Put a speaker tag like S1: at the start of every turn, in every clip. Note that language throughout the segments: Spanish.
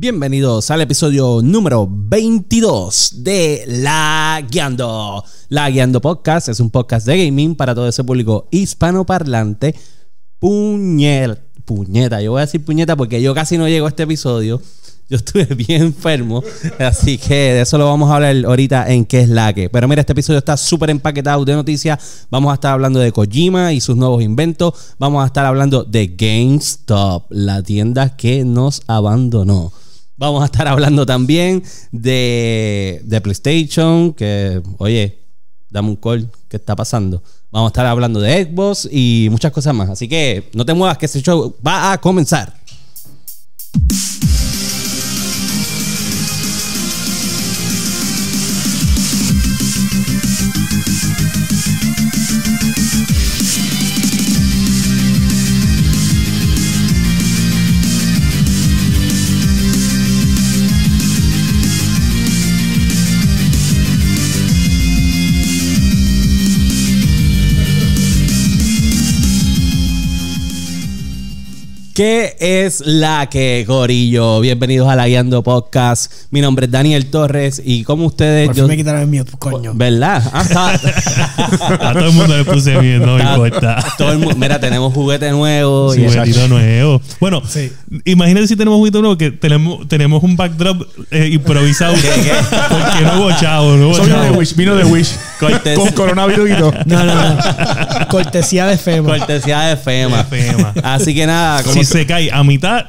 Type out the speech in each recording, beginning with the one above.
S1: Bienvenidos al episodio número 22 de La Guiando. La Guiando Podcast es un podcast de gaming para todo ese público hispanoparlante. Puñel, puñeta, yo voy a decir puñeta porque yo casi no llego a este episodio. Yo estuve bien enfermo, así que de eso lo vamos a hablar ahorita en qué es la que. Pero mira, este episodio está súper empaquetado de noticias. Vamos a estar hablando de Kojima y sus nuevos inventos. Vamos a estar hablando de GameStop, la tienda que nos abandonó. Vamos a estar hablando también de, de PlayStation, que, oye, dame un call, ¿qué está pasando? Vamos a estar hablando de Xbox y muchas cosas más. Así que no te muevas, que este show va a comenzar. ¿Qué es la que, Gorillo? Bienvenidos a la Guiando Podcast. Mi nombre es Daniel Torres y como ustedes...
S2: Por
S1: Eh,
S2: fin
S1: yo-
S2: me quitaron el mute, coño.
S1: ¿Verdad? Ah, estaba-
S3: A todo el mundo le puse bien, no
S1: estaba-
S3: importa.
S1: todo el mu- mira, tenemos juguete nuevo. y
S3: Sí,
S1: eso.
S3: juguetito nuevo. Bueno,
S2: Sí.
S3: imagínate si tenemos un juguetito nuevo que tenemos, tenemos un backdrop eh, improvisado. Porque no hubo chavo, no hubo
S4: Eso vino de
S3: chavo.
S4: Wish, vino de Wish.
S1: Cortes-
S4: Con coronavirus y todo.
S2: No, no, no. Cortesía de Fema.
S1: cortesía de FEMA.
S3: De FEMA.
S1: Así que nada, como
S3: Si se cae a mitad,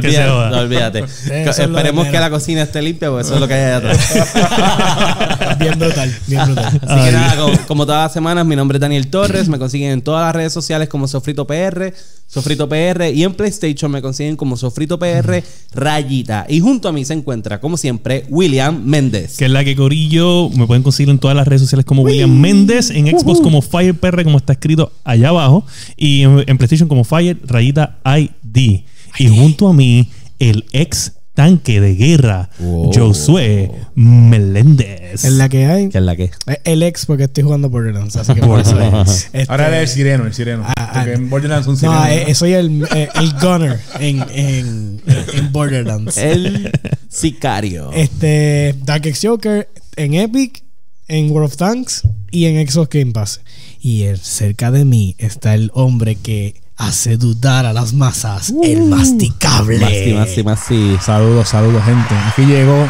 S3: que se
S1: Olvídate,
S3: joda.
S1: olvídate.
S2: eso es lo
S1: Esperemos
S2: de
S1: que la cocina esté limpia, porque eso es lo que hay allá atrás.
S2: Bien brutal, bien brutal.
S1: Así que
S3: Ay.
S1: nada, como, como todas las semanas, mi nombre es Daniel Torres. Me consiguen en todas las redes sociales como Sofrito PR, Sofrito PR. Y en PlayStation me consiguen como Sofrito PR Rayita. Y junto a mí se encuentra, como siempre, William Méndez.
S3: Que es la que corillo. Me pueden conseguir en todas las redes sociales como William Méndez. En Xbox como FirePR, como está escrito allá abajo. Y en, en PlayStation como Fire, rayita ID. Y junto a mí, el ex tanque de guerra,
S1: Wow.
S3: Josué Meléndez.
S2: En la que hay.
S1: Que es la que.
S2: eh, El ex, porque estoy jugando Borderlands, así que por eso.
S3: Borderlands.
S2: Este,
S4: Ahora era el sireno, el sireno.
S2: Ah,
S4: Porque
S2: ah,
S4: en Borderlands un sireno.
S2: No, eh, eh, soy el, eh, el gunner en, en, en Borderlands.
S1: El sicario.
S2: Este, Darkest Joker en Epic, en World of Tanks y en Xbox Game Pass. Y el- cerca de mí está el hombre que hace dudar a las masas, el masticable.
S1: Masti, masti, masti.
S4: Saludos, saludos, gente. Aquí llegó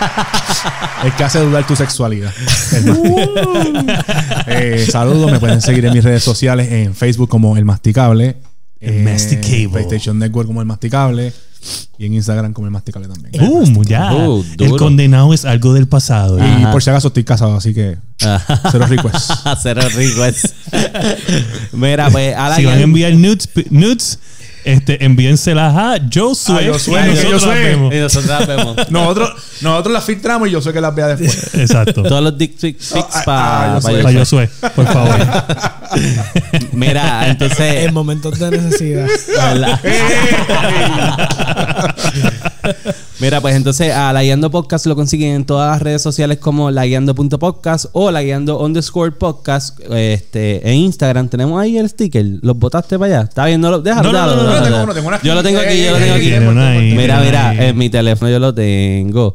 S4: el que hace dudar tu sexualidad. El masticable. Eh, saludos, me pueden seguir en mis redes sociales, en Facebook como El Masticable.
S3: El
S4: en
S3: Masticable.
S4: PlayStation Network como El Masticable. Y en Instagram como El Masticable también.
S3: Boom, ya.
S1: Oh, duro.
S3: el condenado es algo del pasado.
S4: Y
S1: Ajá.
S4: por si acaso estoy casado, así que cero requests.
S1: Cero rico es. Mira, pues a la
S3: si van a
S1: guiando-
S3: enviar nudes, pi- nudes este, envíenselas a Josué.
S1: Ah,
S4: A Josué,
S3: y
S4: que
S3: nosotros
S4: Josué.
S3: las vemos.
S1: Y nosotros las vemos.
S4: Nosotros, nosotros las filtramos y yo sé que las vea después.
S3: Exacto.
S1: Todos los dick pic- pics
S4: Ah,
S1: para
S4: ah, yo Eh, soy-
S3: Para Josué, por favor.
S1: Mira, entonces.
S4: eh,
S2: En momentos de necesidad.
S1: la-
S4: eh,
S1: Mira, pues entonces a La Guiando Podcast lo consiguen en todas las redes sociales como laguiando.podcast o laguiando underscore podcast. Este, en Instagram tenemos ahí el sticker. ¿Los botaste para allá? ¿Está bien? No lo, déjalo,
S3: No, no,
S1: déjalo,
S3: no, no,
S1: déjalo,
S4: tengo
S1: déjalo.
S4: uno, tengo una Eh,
S1: Yo lo tengo aquí, yo lo tengo aquí.
S3: Tiene una ahí.
S1: Mira, mira,
S3: Ay.
S1: en mi teléfono yo lo tengo.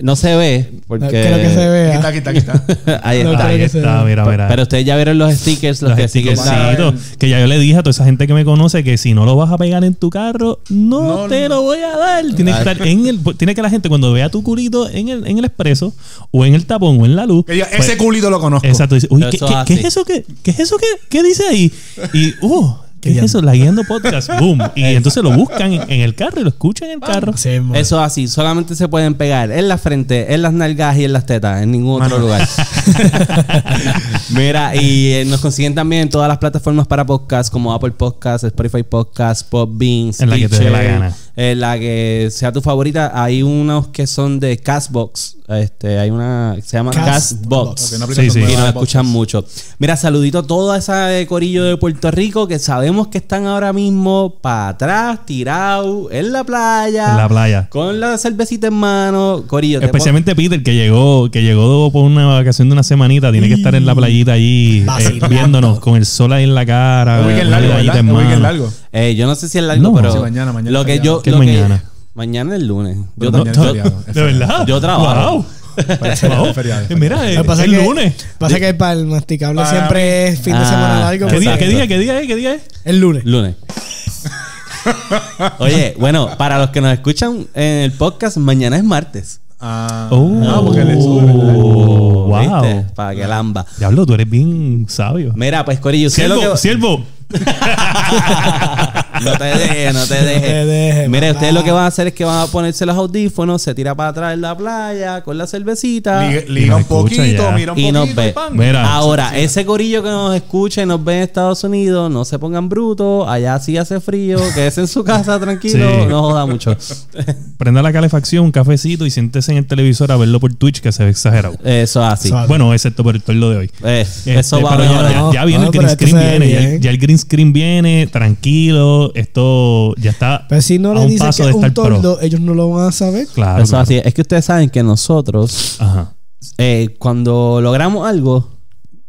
S1: No se ve porque...
S2: Creo que se
S4: Aquí está,
S2: vea.
S4: aquí está, aquí está.
S1: Ahí
S2: No
S1: está.
S2: creo
S3: Ahí
S2: que
S3: está,
S2: se-
S3: mira, mira.
S1: Pero ustedes ya vieron los stickers, los,
S3: los
S1: que siguen.
S3: stickercitos, que ya yo le dije a toda esa gente que me conoce que si no lo vas a pegar en tu carro, no,
S4: No,
S3: te
S4: no.
S3: lo voy a dar. Tiene que estar en el, tiene que la gente cuando vea tu culito en el, en el expreso, o en el tapón, o en la luz.
S4: Que diga,
S3: pues,
S4: ese culito lo conozco.
S3: Exacto. Dice, uy,
S1: Eso
S3: ¿qué, qué-
S1: así.
S3: qué es eso? ¿Qué, qué es eso? ¿Qué, qué dice ahí? Y, uh, ¿qué es
S2: Guiando.
S3: eso? La guiando podcast. Boom. Y entonces lo buscan en, en el carro y lo escuchan en el carro.
S2: Sí, mo-
S1: Eso así, solamente se pueden pegar en la frente, en las nalgas y en las tetas, en ningún otro lugar. Mira, y eh, nos consiguen también en todas las plataformas para podcast, como Apple Podcast, Spotify Podcast, Podbean,
S3: En la que te dé la
S1: Stitcher,
S3: gana.
S1: eh, la que sea tu favorita. Hay unos que son de Castbox. Este, hay una que se llama Castbox.
S2: Castbox.
S4: Ok, una aplicación
S3: Sí, sí.
S4: nueva
S1: Y nos
S4: de
S1: escuchan
S4: podcast.
S1: mucho. Mira, saludito a toda esa de corillo de Puerto Rico que sabemos que están ahora mismo para atrás, tirados, en la playa.
S3: En la playa.
S1: Con la cervecita en mano, corillo. te
S3: Especialmente Peter, que llegó, que llegó por una vacación de una semanita, tiene que estar en la playita allí eh,
S2: Vacilando.
S3: viéndonos con el sol ahí en la cara.
S4: Un
S3: una
S4: weekend largo,
S3: medallita en
S4: ¿verdad? Un weekend
S3: mano.
S4: largo.
S1: puedo- Eh, yo no sé si es largo,
S3: No.
S1: pero
S3: Sí,
S4: mañana, mañana,
S1: lo que
S4: mañana.
S1: yo
S3: ¿Qué
S1: lo que-
S3: mañana?
S1: Mañana es lunes. Yo, tra-
S4: Mañana es
S1: yo-
S4: feriado.
S3: ¿De verdad?
S1: Yo trabajo.
S3: Wow.
S4: Parece
S3: Wow. Eh,
S4: que feriado.
S3: Mira,
S2: Lo
S3: es,
S2: que pasa
S3: es
S2: que-
S3: lunes.
S2: Pasa que para el masticable
S4: Para
S2: siempre es fin de
S1: Ah,
S2: semana largo.
S3: ¿Qué día,
S2: porque-
S3: ¿Qué día? ¿Qué día es? ¿Qué día es?
S2: El lunes.
S1: Lunes. Oye, bueno, para los que nos escuchan en el podcast, mañana es martes.
S4: Ah,
S3: Oh.
S4: ah, porque le sube, ¿verdad?
S3: Oh, wow.
S1: ¿Viste? Para que lamba.
S3: Diablo, tú eres bien sabio.
S1: Mira, pues Corillo, ¿qué es lo
S3: Siervo,
S1: que-
S3: siervo.
S1: no te dejes, no te
S2: te dejes,
S1: dejes. Mire,
S2: papá.
S1: ustedes lo que van a hacer es que van a ponerse los audífonos, se tira para atrás en la playa con la cervecita.
S4: Liga,
S3: Y
S4: liga
S3: nos
S4: un
S3: escucha
S4: poquito,
S3: ya.
S4: mira un
S1: y
S4: poquito.
S1: nos ve.
S4: pan.
S3: Mira.
S1: Ahora, ese corillo que nos escucha y nos ve en Estados Unidos, no se pongan brutos. Allá sí hace frío, quédese en su casa tranquilo,
S3: Sí.
S1: no joda mucho.
S3: Prenda la calefacción, un cafecito y siéntese en el televisor a verlo por Twitch que se ve exagerado.
S1: Eso es así.
S2: Eso-
S3: Bueno, excepto por el tordo de hoy.
S1: Eh, eso
S3: Este,
S1: va
S3: pero ya,
S1: mejorando.
S3: ya- ya viene
S2: No,
S3: el
S2: pero
S3: green
S2: esto
S3: screen,
S2: se ve
S3: viene. Ya,
S2: bien.
S3: ya el green screen viene, tranquilo. Esto ya está
S2: Pero Pues si no
S3: a
S2: le
S3: un
S2: dicen
S3: paso
S2: que
S3: de
S2: es un
S3: estar pro.
S2: tordo, ellos no lo van a saber.
S3: Claro.
S1: Eso es
S3: claro.
S1: así. Es que ustedes saben que nosotros,
S3: Ajá.
S1: eh, cuando logramos algo,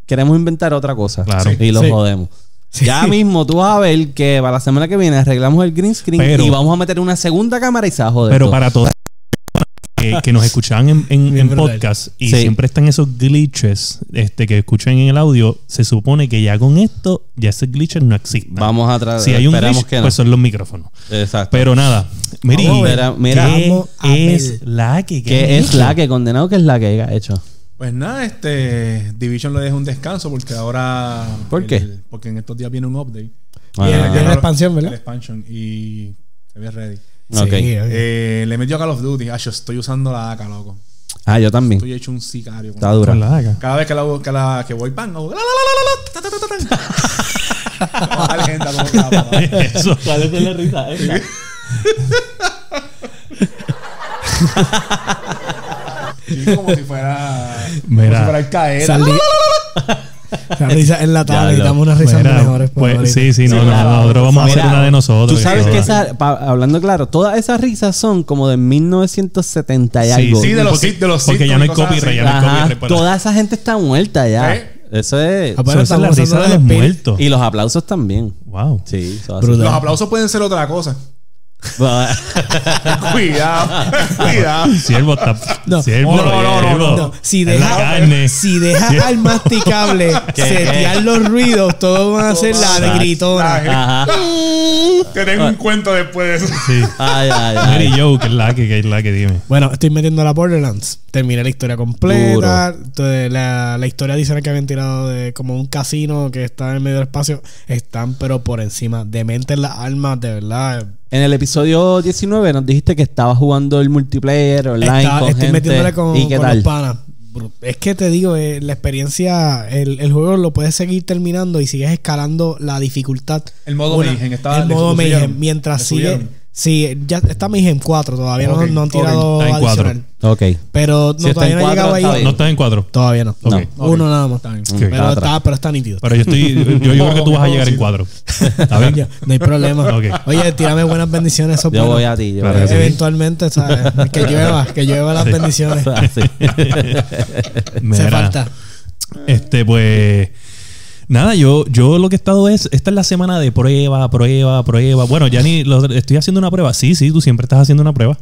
S1: queremos inventar otra cosa.
S3: Claro.
S1: Y lo
S2: Sí.
S1: jodemos. Ya mismo tú vas a ver que para la semana que viene arreglamos el green screen
S3: Pero-
S1: y vamos a meter una segunda cámara y se va a joder.
S3: Pero
S1: todo.
S3: para todos que, que nos escuchan en, en,
S2: Bien
S3: en
S2: brutal.
S3: podcast y
S1: Sí.
S3: siempre están esos glitches este, que escuchan en el audio, se supone que ya con esto, ya esos glitches no existen.
S1: Vamos a tratar.
S3: si hay un
S1: esperamos
S3: glitch,
S1: que no.
S3: pues son los micrófonos.
S1: Exacto.
S3: Pero nada, Miri,
S1: Vamos a ver, mira,
S3: ¿qué
S2: vamos a ver.
S3: es la que
S1: que es la que condenado que es la que ha hecho.
S4: Pues nada, este Division le deja un descanso porque ahora.
S1: ¿Por
S4: el-
S1: qué?
S4: porque en estos días viene un update.
S1: Ah.
S2: Viene- viene la expansión, ¿verdad?
S4: La expansion y se ve ready.
S1: Ok.
S2: Sí, ok.
S4: Eh, le metió a Call of Duty. Ah, yo estoy usando la AK, loco.
S1: Ah, yo también.
S4: Estoy hecho un sicario. con
S1: Está
S4: la-
S1: dura.
S3: la haga.
S4: Cada vez que, la, que, la, que voy pan, hago. la, la, la, la, la, ta, ta, ta, ta, ta. Como la leyenda, como que la papá.
S3: Eso.
S1: la risa?
S4: Sí, como si fuera. Como
S3: Mira.
S4: si fuera el caer.
S2: Salí. La risa enlatada,
S1: Ya,
S2: necesitamos unas risas
S3: Mira,
S2: mejores. por
S3: pues,
S2: favor.
S3: sí, sí, no,
S4: Sí,
S3: no,
S4: claro.
S3: nosotros vamos a hacer
S1: Mira,
S3: una de nosotros.
S1: Tú sabes
S3: eso.
S1: que esa, pa- hablando claro, todas esas risas son como de 1970 y algo.
S4: sí, de los
S3: porque,
S4: sit- de los
S3: Porque ya no hay
S4: sitcoms y cosas
S3: copyright,
S4: así.
S3: ya no hay
S1: Ajá,
S3: copyright. pues. para-
S2: Ah,
S1: toda esa gente está muerta ya.
S4: Sí.
S1: Eso es.
S2: Aparte-
S3: Eso, esa es la
S2: Estamos
S3: risa de
S2: hablando
S3: los
S2: de espíritu.
S3: muertos.
S1: Y los aplausos también.
S3: Wow.
S1: Sí, eso hace.
S2: Brutal.
S4: Los aplausos pueden ser otra cosa.
S1: Bueno,
S4: Cuidado, cuidado.
S3: Ah, Siervo está.
S2: No.
S3: Siervo,
S4: No, no, no, no,
S3: siervo.
S2: No, si
S3: Es la carne.
S2: deja, si deja al masticable setear los ruidos, todos van a hacer la de
S1: Exacto.
S2: gritona.
S1: Ajá.
S4: Te tengo un cuento después de eso.
S3: Sí.
S1: Ay, ay, ay.
S3: Mary Joe, que es la que, que es la que dime.
S2: Bueno, estoy metiendo la Borderlands. Terminé la historia completa. Entonces, La, la historia dice que habían tirado de como un casino que está en el medio del espacio. Están, pero por encima. Dementes las almas, de verdad.
S1: En el episodio 19 nos dijiste que estabas jugando el multiplayer online
S2: Está-
S1: con
S2: estoy
S1: gente.
S2: metiéndole con,
S1: ¿Y qué
S2: con
S1: tal?
S2: los panas. Bru- Es que te digo, eh, la experiencia, el, el juego lo puedes seguir terminando y sigues escalando la dificultad.
S4: El modo
S2: Una-
S4: Mayhem estaba-
S2: El
S4: le
S2: modo
S4: sub-
S2: Mayhem.
S4: subieron,
S2: Mientras
S4: le
S2: sigue.
S4: subieron.
S2: Sí, ya está Mayhem 4. Todavía no-
S4: Ok,
S2: no, han
S4: ok,
S2: tirado
S3: está en cuatro.
S2: adicional.
S1: Ok.
S2: Pero no,
S1: Si está
S2: todavía
S1: en
S2: no ha llegado
S1: cuatro,
S2: ahí.
S1: está bien.
S3: No estás en cuatro.
S2: Todavía no.
S1: No.
S2: Uno nada más.
S4: Está bien.
S1: Ok.
S2: Pero,
S1: Está atrás.
S2: está, pero está nítido.
S3: Pero yo estoy. Yo, yo creo que tú vas a llegar en cuadro. ¿Está bien?
S2: Ya, no hay problema.
S3: Ok.
S2: Oye, tírame buenas bendiciones. Eso es
S1: Yo
S2: bueno.
S1: voy a ti. Yo
S3: Claro
S1: voy a
S3: que sí.
S1: ti.
S2: Eventualmente, ¿sabes? Que llueva, que llueva las bendiciones.
S1: Así.
S3: Mira,
S2: Se falta.
S3: Este, pues. Nada, yo, yo lo que he estado es. Esta es la semana de prueba, prueba, prueba. Bueno, ya ni. lo- estoy haciendo una prueba. Sí, sí, tú siempre estás haciendo una prueba.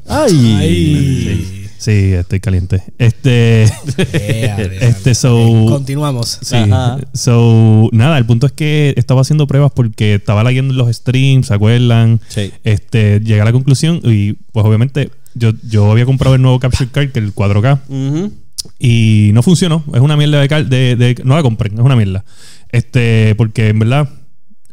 S1: Ay.
S3: Sí, estoy caliente. Este.
S2: Yeah, yeah.
S3: Este, so.
S2: Continuamos.
S3: Sí.
S1: Ajá.
S3: So, nada, el punto es que estaba haciendo pruebas porque estaba leyendo los streams, ¿se acuerdan?
S1: Sí.
S3: Este, llegué a la conclusión y, pues, obviamente, yo, yo había comprado el nuevo Capture Card, que es el 4K,
S1: Ujú.
S3: y no funcionó. Es una mierda de, car- de, de- No la compren, es una mierda. Este, porque en verdad,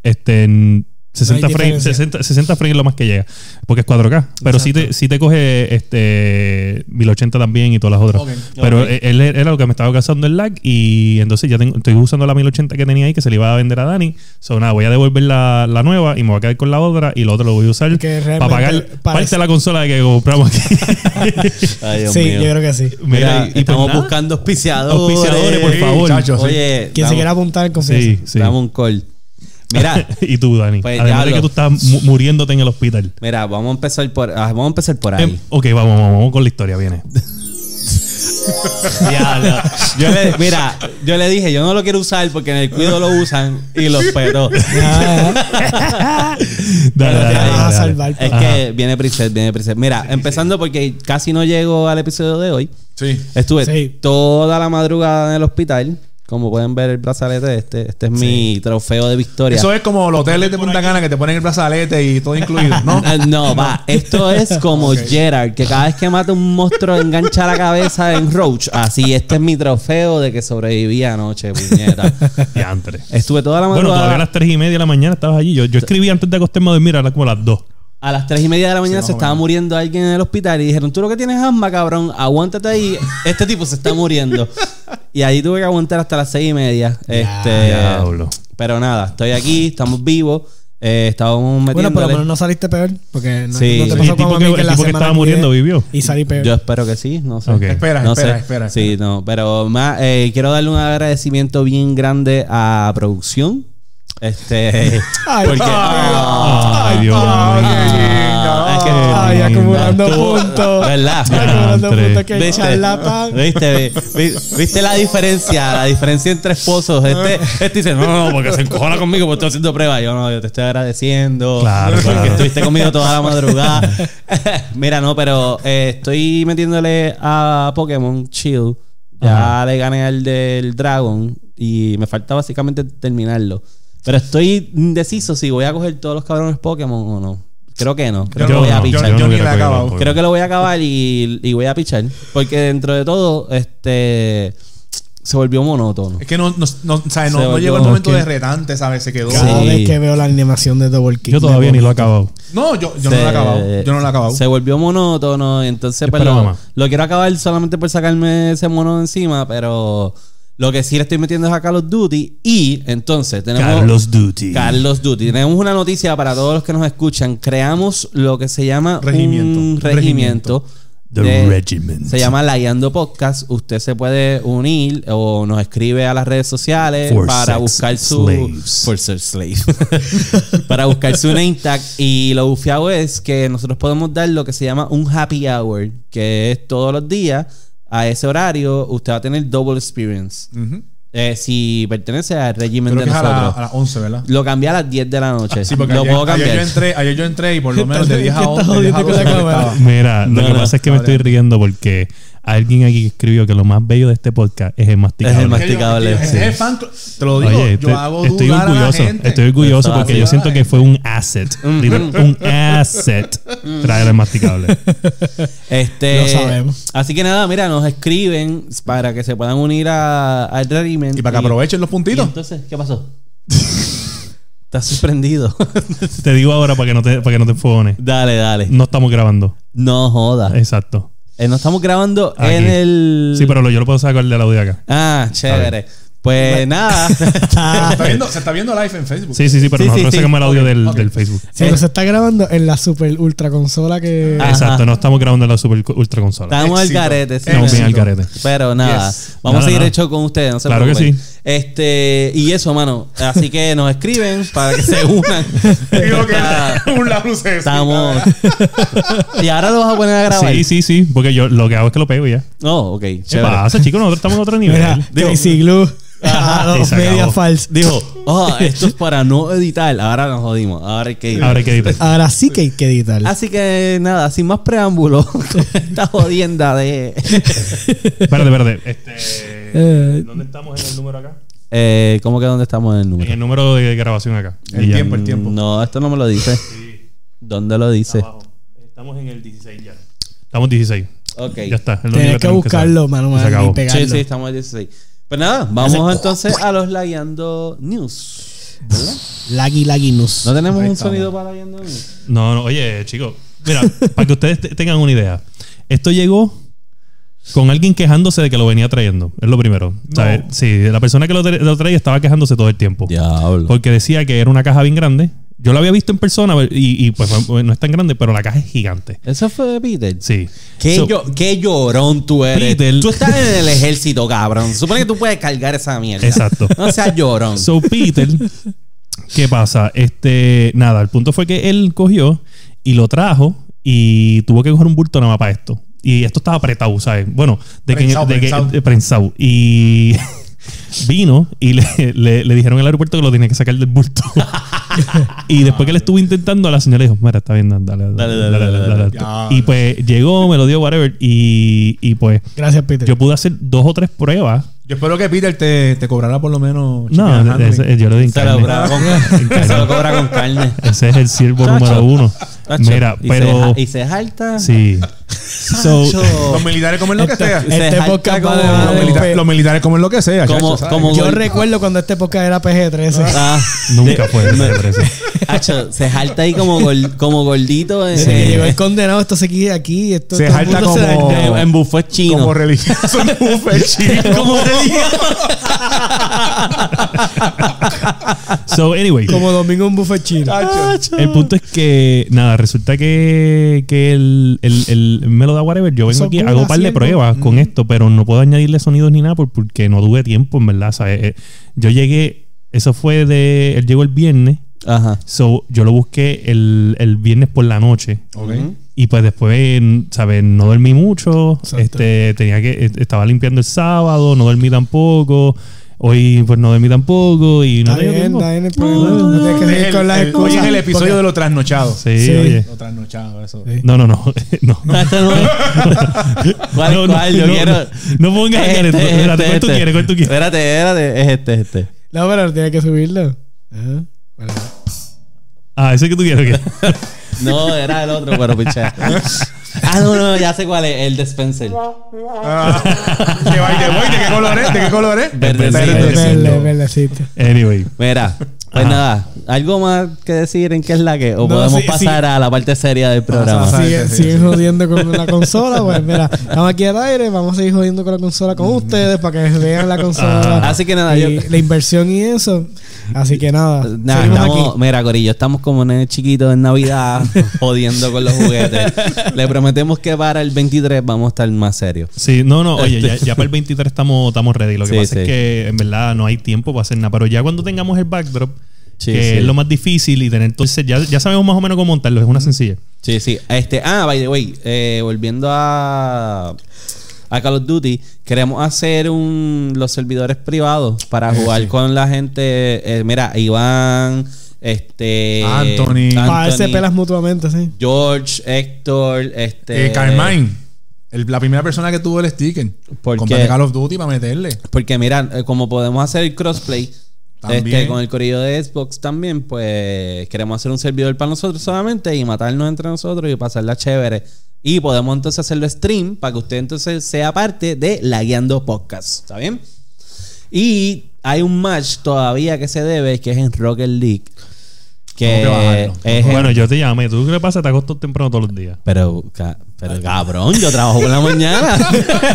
S3: este, en 60
S2: No hay
S3: frames,
S2: diferencia.
S3: 60, 60 frames es lo más que llega, porque es 4K. Pero sí te,
S2: Exacto.
S3: sí te coge este 1080 también y todas las otras.
S4: Ok,
S3: Pero e,
S1: ok.
S3: él era lo que me estaba causando el lag y entonces ya tengo- estoy usando la 1080 que tenía ahí que se le iba a vender a Dani. So, nada, voy a devolver la, la nueva y me voy a quedar con la otra y la otra lo voy a usar
S2: Que
S3: para
S2: realmente
S3: pagar
S2: parece-
S3: parte de la consola que compramos aquí.
S1: Ay, Dios
S2: sí,
S1: mío.
S2: yo creo que sí.
S1: Mira,
S3: Mira, y- y
S1: estamos
S3: pues nada.
S1: buscando auspiciadores.
S3: Auspiciadores, por favor.
S4: chacho, sí.
S1: Oye,
S2: Quien
S1: damos-
S2: se quiera apuntar en confianza.
S3: Sí, sí.
S1: dame un call. Mira,
S3: y tú, Dani.
S1: Pues,
S3: Además de
S1: diablo.
S3: que tú estás mu- muriéndote en el hospital.
S1: mira, vamos a empezar por, ah, vamos a empezar por
S3: Em,
S1: ahí.
S3: ok, vamos, vamos, vamos con la historia, viene.
S1: Diablo. Yo le- mira, yo le dije, yo no lo quiero usar porque en el cuido lo usan y los peto.
S2: Ah, ah.
S3: Dale, dale,
S2: Te
S3: dale,
S2: vas a
S3: dale.
S2: salvar.
S1: Es
S2: papá.
S1: que viene Preset, viene Preset. Mira, empezando porque casi no llego al episodio de hoy.
S4: Sí.
S1: Estuve
S2: Sí.
S1: toda la madrugada en el hospital. Como pueden ver el brazalete este. Este es mi trofeo de victoria.
S4: Eso es como los hoteles de Punta Cana que te ponen el brazalete y todo incluido, ¿no?
S1: Eh, No, va. Esto es como Gerard, que cada vez que mata un monstruo engancha la cabeza en Roach. Así, este es mi trofeo de que sobreviví anoche, puñeta.
S3: Diantre.
S1: Estuve toda la
S3: Bueno,
S1: madrugada.
S3: todavía a las 3 y media de la mañana estabas allí. Yo, yo escribí antes de acostarme a dormir, era como a las 2.
S1: A las 3 y media de la mañana
S4: más
S1: se
S4: o
S1: estaba
S4: menos.
S1: muriendo alguien en el hospital y dijeron, tú lo que tienes es asma, cabrón, aguántate ahí. Este tipo se está muriendo. y ahí tuve que aguantar hasta las 6 y media. Este,
S3: Diablo.
S1: Pero nada, estoy aquí, estamos vivos. Eh, estábamos
S2: Bueno, por lo
S1: metiéndole.
S2: menos no saliste peor. Porque no,
S1: Sí.
S2: no te
S1: Sí,
S2: pasó
S3: el tipo
S2: como a
S3: que-
S2: mí que
S3: el
S2: la
S3: tipo que
S2: semana
S3: estaba muriendo
S2: cuidé
S3: vivió.
S2: Y salí peor.
S1: Yo espero que sí, no sé.
S3: Ok.
S4: Espera,
S1: No
S4: espera,
S1: sé.
S4: espera.
S1: Sí, no, pero más, eh, quiero darle un agradecimiento bien grande a producción. Este.
S2: Ay,
S1: porque-
S2: Dios.
S1: Ah,
S3: Ay, Dios
S4: ah,
S3: mío.
S4: qué
S1: Ah,
S4: lindo.
S1: es que-
S2: Ay,
S3: Ay,
S2: acumulando
S1: tú-
S2: puntos.
S1: ¿Verdad?
S2: Acumulando
S3: Diantre.
S2: puntos que charlatán.
S1: ¿Viste? Vi- ¿Viste la diferencia? La diferencia entre esposos. Este, este dice, no, no, no, porque se encojona conmigo porque estoy haciendo pruebas. Yo no, yo te estoy agradeciendo.
S3: Claro,
S1: porque
S3: claro.
S1: estuviste conmigo toda la madrugada. Mira, no, pero eh, estoy metiéndole a Pokémon Chill. Ya le gané al del Dragon y me falta básicamente terminarlo. Pero estoy indeciso si voy a coger todos los cabrones Pokémon o no. Creo que no. Creo
S4: Yo
S1: que
S4: no,
S1: voy a
S4: yo-
S1: pichar.
S4: yo ni
S3: hubiera
S4: la he
S3: cogido
S4: acabado.
S3: tampoco.
S1: Creo que lo voy a acabar y, y voy a pichar. Porque dentro de todo, este se volvió monótono.
S4: Es que no, no, no, ¿sabes? no,
S1: Se
S4: no
S1: volvió-
S4: llegó el momento
S3: ok.
S4: de retante, ¿sabes? Se quedó.
S2: Cada
S1: Sí.
S2: vez que veo la animación de Double Kick.
S3: Yo todavía ni lo he acabado.
S4: No, yo, yo no
S1: Se-
S4: lo he acabado. Yo no lo he acabado.
S1: Se volvió monótono. y Entonces, pues,
S3: Espera,
S1: lo,
S3: mamá.
S1: lo quiero acabar solamente por sacarme ese mono encima. Pero lo que sí le estoy metiendo es a Call of Duty. Y entonces tenemos.
S3: Carlos Duty.
S1: Carlos Duty. Tenemos una noticia para todos los que nos escuchan. Creamos lo que se llama
S4: Regimiento.
S1: un regimiento.
S3: The
S1: de-
S3: Regiment.
S1: Se llama Layando Podcast. Usted se puede unir o nos escribe a las redes sociales
S3: For
S1: para
S3: sex
S1: buscar su.
S3: slaves.
S1: For sex slaves. para buscar su name tag. Y lo bufiado es que nosotros podemos dar lo que se llama un happy hour, que es todos los días. A ese horario, usted va a tener double experience.
S4: Ujú.
S1: Eh, si pertenece al régimen
S4: Creo
S1: de
S4: que es a,
S1: nosotros.
S4: la- a las 11, ¿verdad?
S1: Lo cambié a las 10 de la noche.
S4: Ah, Sí, porque
S1: lo
S4: ayer,
S1: puedo cambiar.
S4: ayer yo entré, ayer yo entré y por lo menos de 10 a
S2: estás
S4: 11. de 10
S2: jodiendo
S4: a
S2: con
S4: 12
S2: la
S4: no
S2: cámara.
S4: estaba.
S3: Mira, lo
S1: No,
S3: que
S1: no,
S3: pasa es que me estoy riendo porque alguien aquí escribió que lo más bello de este podcast es el
S1: Es
S3: masticable.
S1: el
S4: Es que yo-
S1: Masticable,
S4: Ese
S1: sí.
S4: es el fan club. Te lo digo,
S3: Oye,
S4: yo
S3: te-
S4: hago
S3: estoy
S4: dudar
S3: orgulloso,
S4: a la gente.
S3: estoy orgulloso
S1: Eso es
S3: porque
S1: así.
S3: yo siento que fue un asset, literal, un asset traer el masticable.
S1: Este,
S2: Lo sabemos.
S1: Así que nada, mira, nos escriben para que se puedan unir a- al régimen.
S4: Y para que aprovechen los
S1: y
S4: puntitos.
S1: entonces, ¿qué pasó? Estás sorprendido.
S3: Te digo ahora para que no te para que no te enfogones.
S1: dale, dale.
S3: No estamos grabando.
S1: No jodas.
S3: Exacto.
S1: Eh, no estamos grabando
S3: Aquí.
S1: en el.
S3: Sí, pero lo- yo lo puedo sacar del audio de acá.
S1: Ah, chévere. Pues nada.
S4: Se
S2: Ah,
S4: está viendo- se está viendo live en Facebook.
S3: Sí, sí, sí,
S1: Sí,
S3: pero
S1: sí,
S3: nosotros
S1: sí.
S3: sacamos el audio
S4: Ok,
S3: del,
S4: ok.
S3: del Facebook.
S2: Sí, pero se está grabando en la super ultra consola que.
S1: Ah.
S3: Exacto, no estamos grabando en la super ultra consola.
S1: Estamos al
S4: Éxito.
S1: carete. sí, men.
S4: Estamos
S3: bien al carete.
S1: Pero nada,
S4: Yes.
S1: vamos
S3: Nada,
S1: a seguir
S3: nada.
S1: el show con ustedes, no se
S3: Claro que
S1: preocupen.
S3: sí.
S1: Este, y eso, mano. Así que nos escriben para que se unan.
S4: Digo que
S1: Está-
S4: un lapsus es-
S1: Estamos. y ahora lo vas a poner a grabar.
S3: Sí, sí, sí, porque yo lo que hago es que lo pego y ya.
S1: Oh, ok.
S3: ¿Qué
S1: chévere.
S3: pasa, chicos? Nosotros estamos en otro nivel.
S2: Mira,
S1: Digo- ah,
S2: Casey Glue. Ah,
S3: Ajá,
S2: a
S3: y
S2: dos
S3: Ah, se acabó.
S2: medias falsas.
S1: Dijo, oh, esto es para no editar. Ahora nos jodimos. Ahora hay que editar.
S3: Ahora hay que editar.
S2: Ahora sí que hay que editar.
S1: Así que nada, sin más preámbulos, con esta jodienda de.
S3: Espérate, espérate.
S2: Eh,
S3: Este, ¿Dónde estamos en el número acá?
S1: Eh, ¿Cómo que dónde estamos en el
S3: En
S1: número?
S3: el número de grabación acá.
S4: El
S3: Y ya.
S4: tiempo, el tiempo.
S1: No, esto no me lo dice. ¿Dónde lo dice?
S3: Abajo. Estamos en el 16 ya. Estamos 16.
S1: Ok.
S3: Ya está. es lo único
S2: Tienes que
S3: tenemos saber.
S2: buscarlo, mano,
S3: Y se
S2: mano,
S3: acabó.
S2: y pegarlo.
S1: Sí, sí, estamos al 16. Pues nada, vamos entonces a los Lagueando News. ¿Verdad?
S2: Laggy Laginus.
S1: ¿No tenemos un
S4: estamos.
S1: sonido para Lagueando News?
S3: No, no, oye, chicos. Mira, para que ustedes te- tengan una idea. Esto llegó con alguien quejándose de que lo venía trayendo. Es lo primero. ¿sabes? Sí, la persona que lo, tra- lo traía estaba quejándose todo el tiempo.
S1: Diablo.
S3: Porque decía que era una caja bien grande. Yo la había visto en persona y, y, pues no es tan grande, pero la caja es gigante.
S1: Eso fue de Peter.
S3: Sí.
S1: Qué,
S3: So-
S1: llo- qué llorón tú eres.
S3: Peter.
S1: Tú estás en el ejército, cabrón. Supone que tú puedes cargar esa mierda.
S3: Exacto.
S1: No seas llorón.
S3: So Peter, ¿qué pasa? Este, nada, el punto fue que él cogió y lo trajo y tuvo que coger un bulto nada más para esto. Y esto estaba apretado, ¿sabes? Bueno, de que,
S4: Prensado,
S3: de que-
S4: prensado.
S3: de prensado. Y vino y le, le- le dijeron al aeropuerto que lo tenía que sacar del bulto. y después que le estuvo intentando, la señora dijo, mira, está bien, dale, dale, dale,
S1: Dale, dale,
S3: dale,
S1: dale,
S3: dale,
S4: dale.
S3: dale". Y pues llegó, me lo dio, whatever, y, y pues
S2: Gracias, Peter.
S3: yo pude hacer dos o tres pruebas.
S4: Yo espero que Peter te, te cobrará por lo menos.
S3: No,
S4: shipping and
S3: ese-
S4: handling.
S3: yo lo di en
S1: Se lo,
S3: carne.
S1: cobra con, se lo cobra con carne.
S3: Ese es el siervo
S1: Chacho.
S3: número uno.
S1: Tacho,
S3: Mira,
S1: y
S3: pero...
S1: se- Y se jalta.
S3: Sí. So,
S4: Los militares comen lo que sea.
S1: se
S2: este
S1: jalta
S2: podcast va
S1: como-
S2: de-
S4: Los,
S2: Vale,
S4: milita-
S2: pe-
S4: los militares comen lo que sea.
S1: Como-
S4: chacho, ¿sabes?
S1: como-
S2: Yo recuerdo cuando esta época era PG-13.
S1: Ah,
S3: nunca fue
S1: me-
S3: preso.
S1: Hacho, se jalta ahí como, gol- como gordito en,
S2: Desde que
S1: en-
S2: llegó el condenado, esto se aquí, aquí. Esto,
S4: Se
S2: todo el
S4: jalta
S2: mundo se
S4: como-
S2: dañó.
S1: en- en buffet chino.
S4: Como religioso en un buffet chino.
S3: So, anyway.
S2: Como domingo en un buffet chino.
S1: Ah,
S4: Chacho.
S3: El punto es que, nada, resulta que, que el, el, el me lo da whatever. Yo vengo
S2: Eso
S3: aquí,
S2: tú
S3: hago un par de
S2: haciendo-
S3: pruebas con esto, pero no puedo añadirle sonidos ni nada por- porque no tuve tiempo, en verdad. ¿sabes? Eh, Yo llegué, eso fue de. Él llegó el viernes,
S1: Ajá.
S3: so yo lo busqué el, el viernes por la noche.
S4: Ok.
S3: Y pues después, ¿sabes? No dormí mucho.
S2: Exacto.
S3: Este, tenía que, eh, estaba limpiando el sábado, no dormí tampoco. Hoy, pues no dormí tampoco. Y no
S2: Está
S3: tengo
S2: bien,
S3: tiempo.
S2: está bien el problema. No, tienes que
S4: El-
S2: seguir con las
S4: el-
S2: excusas.
S4: Oye, en el episodio de
S2: Porque-
S4: los trasnochados.
S3: Sí,
S2: Sí.
S3: oye.
S4: Los trasnochados, eso.
S2: Sí.
S3: No, no, no. no.
S1: Este no es. ¿Cuál,
S3: No, no,
S1: cuál? Yo
S3: no,
S1: quiero.
S3: no. No pongas el
S1: Este,
S3: careto. Espérate,
S1: este,
S3: ¿cuál tú
S1: este.
S3: quieres? ¿Cuál tú quieres?
S1: Espérate, espérate. Es este, este.
S2: No, pero tienes que subirlo. Ajá. Bueno.
S3: Ah, ese que tú quieres. ¿qué?
S1: No, era el otro, pero pichea. Ah, no, no, ya sé cuál es. El de Spencer.
S4: Ah, que va y que voy, ¿de qué color es? ¿De qué color es?
S1: Verde,
S3: verde,
S1: sí.
S3: verde.
S2: Verde, verdecito.
S3: Anyway.
S1: Mira, pues
S3: Ajá.
S1: nada. ¿Algo más que decir en qué es la que? O
S2: No,
S1: podemos
S2: sí,
S1: pasar a la parte seria del
S3: Ah,
S4: Vamos a
S1: programa.
S4: pasar.
S2: Siguen
S4: sí,
S2: siguen
S4: sí.
S2: jodiendo con la consola. Pues mira, estamos aquí al aire. Vamos a seguir jodiendo con la consola
S3: Mm.
S2: con ustedes para que vean la consola.
S1: Ah, así que nada,
S2: y
S1: yo-
S2: La inversión y eso. Así que nada.
S1: Nah,
S2: Ah, seguimos
S1: estamos-
S2: aquí.
S1: mira, Corillo, estamos como nenes chiquitos en Navidad jodiendo con los juguetes. Le prometemos que para el 23 vamos a estar más serios.
S3: Sí, no, no, oye, ya, ya para el 23 estamos, estamos ready. Lo que
S1: Este. Sí,
S3: pasa
S1: sí.
S3: es que en verdad no hay tiempo para hacer nada. Pero ya cuando tengamos el backdrop,
S1: Sí,
S3: que
S1: sí.
S3: es lo más difícil y tener entonces, ya, ya sabemos más o menos cómo montarlo. Es una sencilla.
S1: Sí, sí. Este, ah, by the way, eh, volviendo a, a Call of Duty, queremos hacer un, los servidores privados
S2: Eh,
S1: para jugar con la gente. eh, mira, Iván, este.
S4: Anthony.
S2: Para darse pelas mutuamente, sí.
S1: George, Héctor, este.
S4: Eh, Carmine. el- la primera persona que tuvo el sticker.
S1: ¿Por
S4: Comprate
S1: qué?
S4: Call of Duty para meterle.
S1: Porque mira, eh, como podemos hacer el crossplay
S4: También.
S1: este, con el corrido de Xbox también, pues queremos hacer un servidor para nosotros solamente y matarnos entre nosotros y pasarla chévere. Y podemos entonces hacerlo stream para que usted entonces sea parte de la guiando podcast. ¿Está bien? Y hay un match todavía que se debe que es en Rocket League. Que,
S4: Tengo que bajarlo.
S1: es en-
S3: Bueno, yo te llamé. ¿Tú qué le pasa? Te acostas temprano todos los días.
S1: pero, ca- pero cabrón, yo trabajo por la mañana.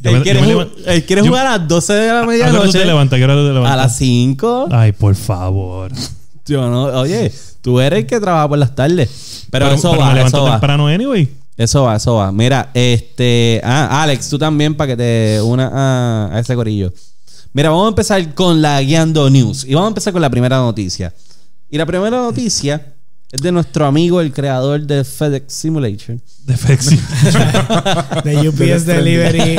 S3: Yo me-
S1: él quiere,
S3: yo me
S1: ju-
S3: levan-
S1: él quiere
S3: yo-
S1: jugar a las 12 de la
S3: ¿A qué hora tú
S1: medianoche.
S3: te Ah. levantas? ¿A qué hora tú te levantas?
S1: A las 5.
S3: Ay, por favor.
S1: Yo no, oye, tú eres el que trabaja por las tardes. Pero, eso va,
S3: me levanto
S1: eso va.
S3: temprano anyway.
S1: Eso va, eso va. Mira, este. Ah, Alex, tú también para que te una ah, a, a ese corillo. Mira, vamos a empezar con la Guiando News. Y vamos a empezar con la primera noticia. Y la primera noticia es de nuestro amigo, el creador de FedEx Simulation.
S3: De Fexi.
S2: De UPS Delivery.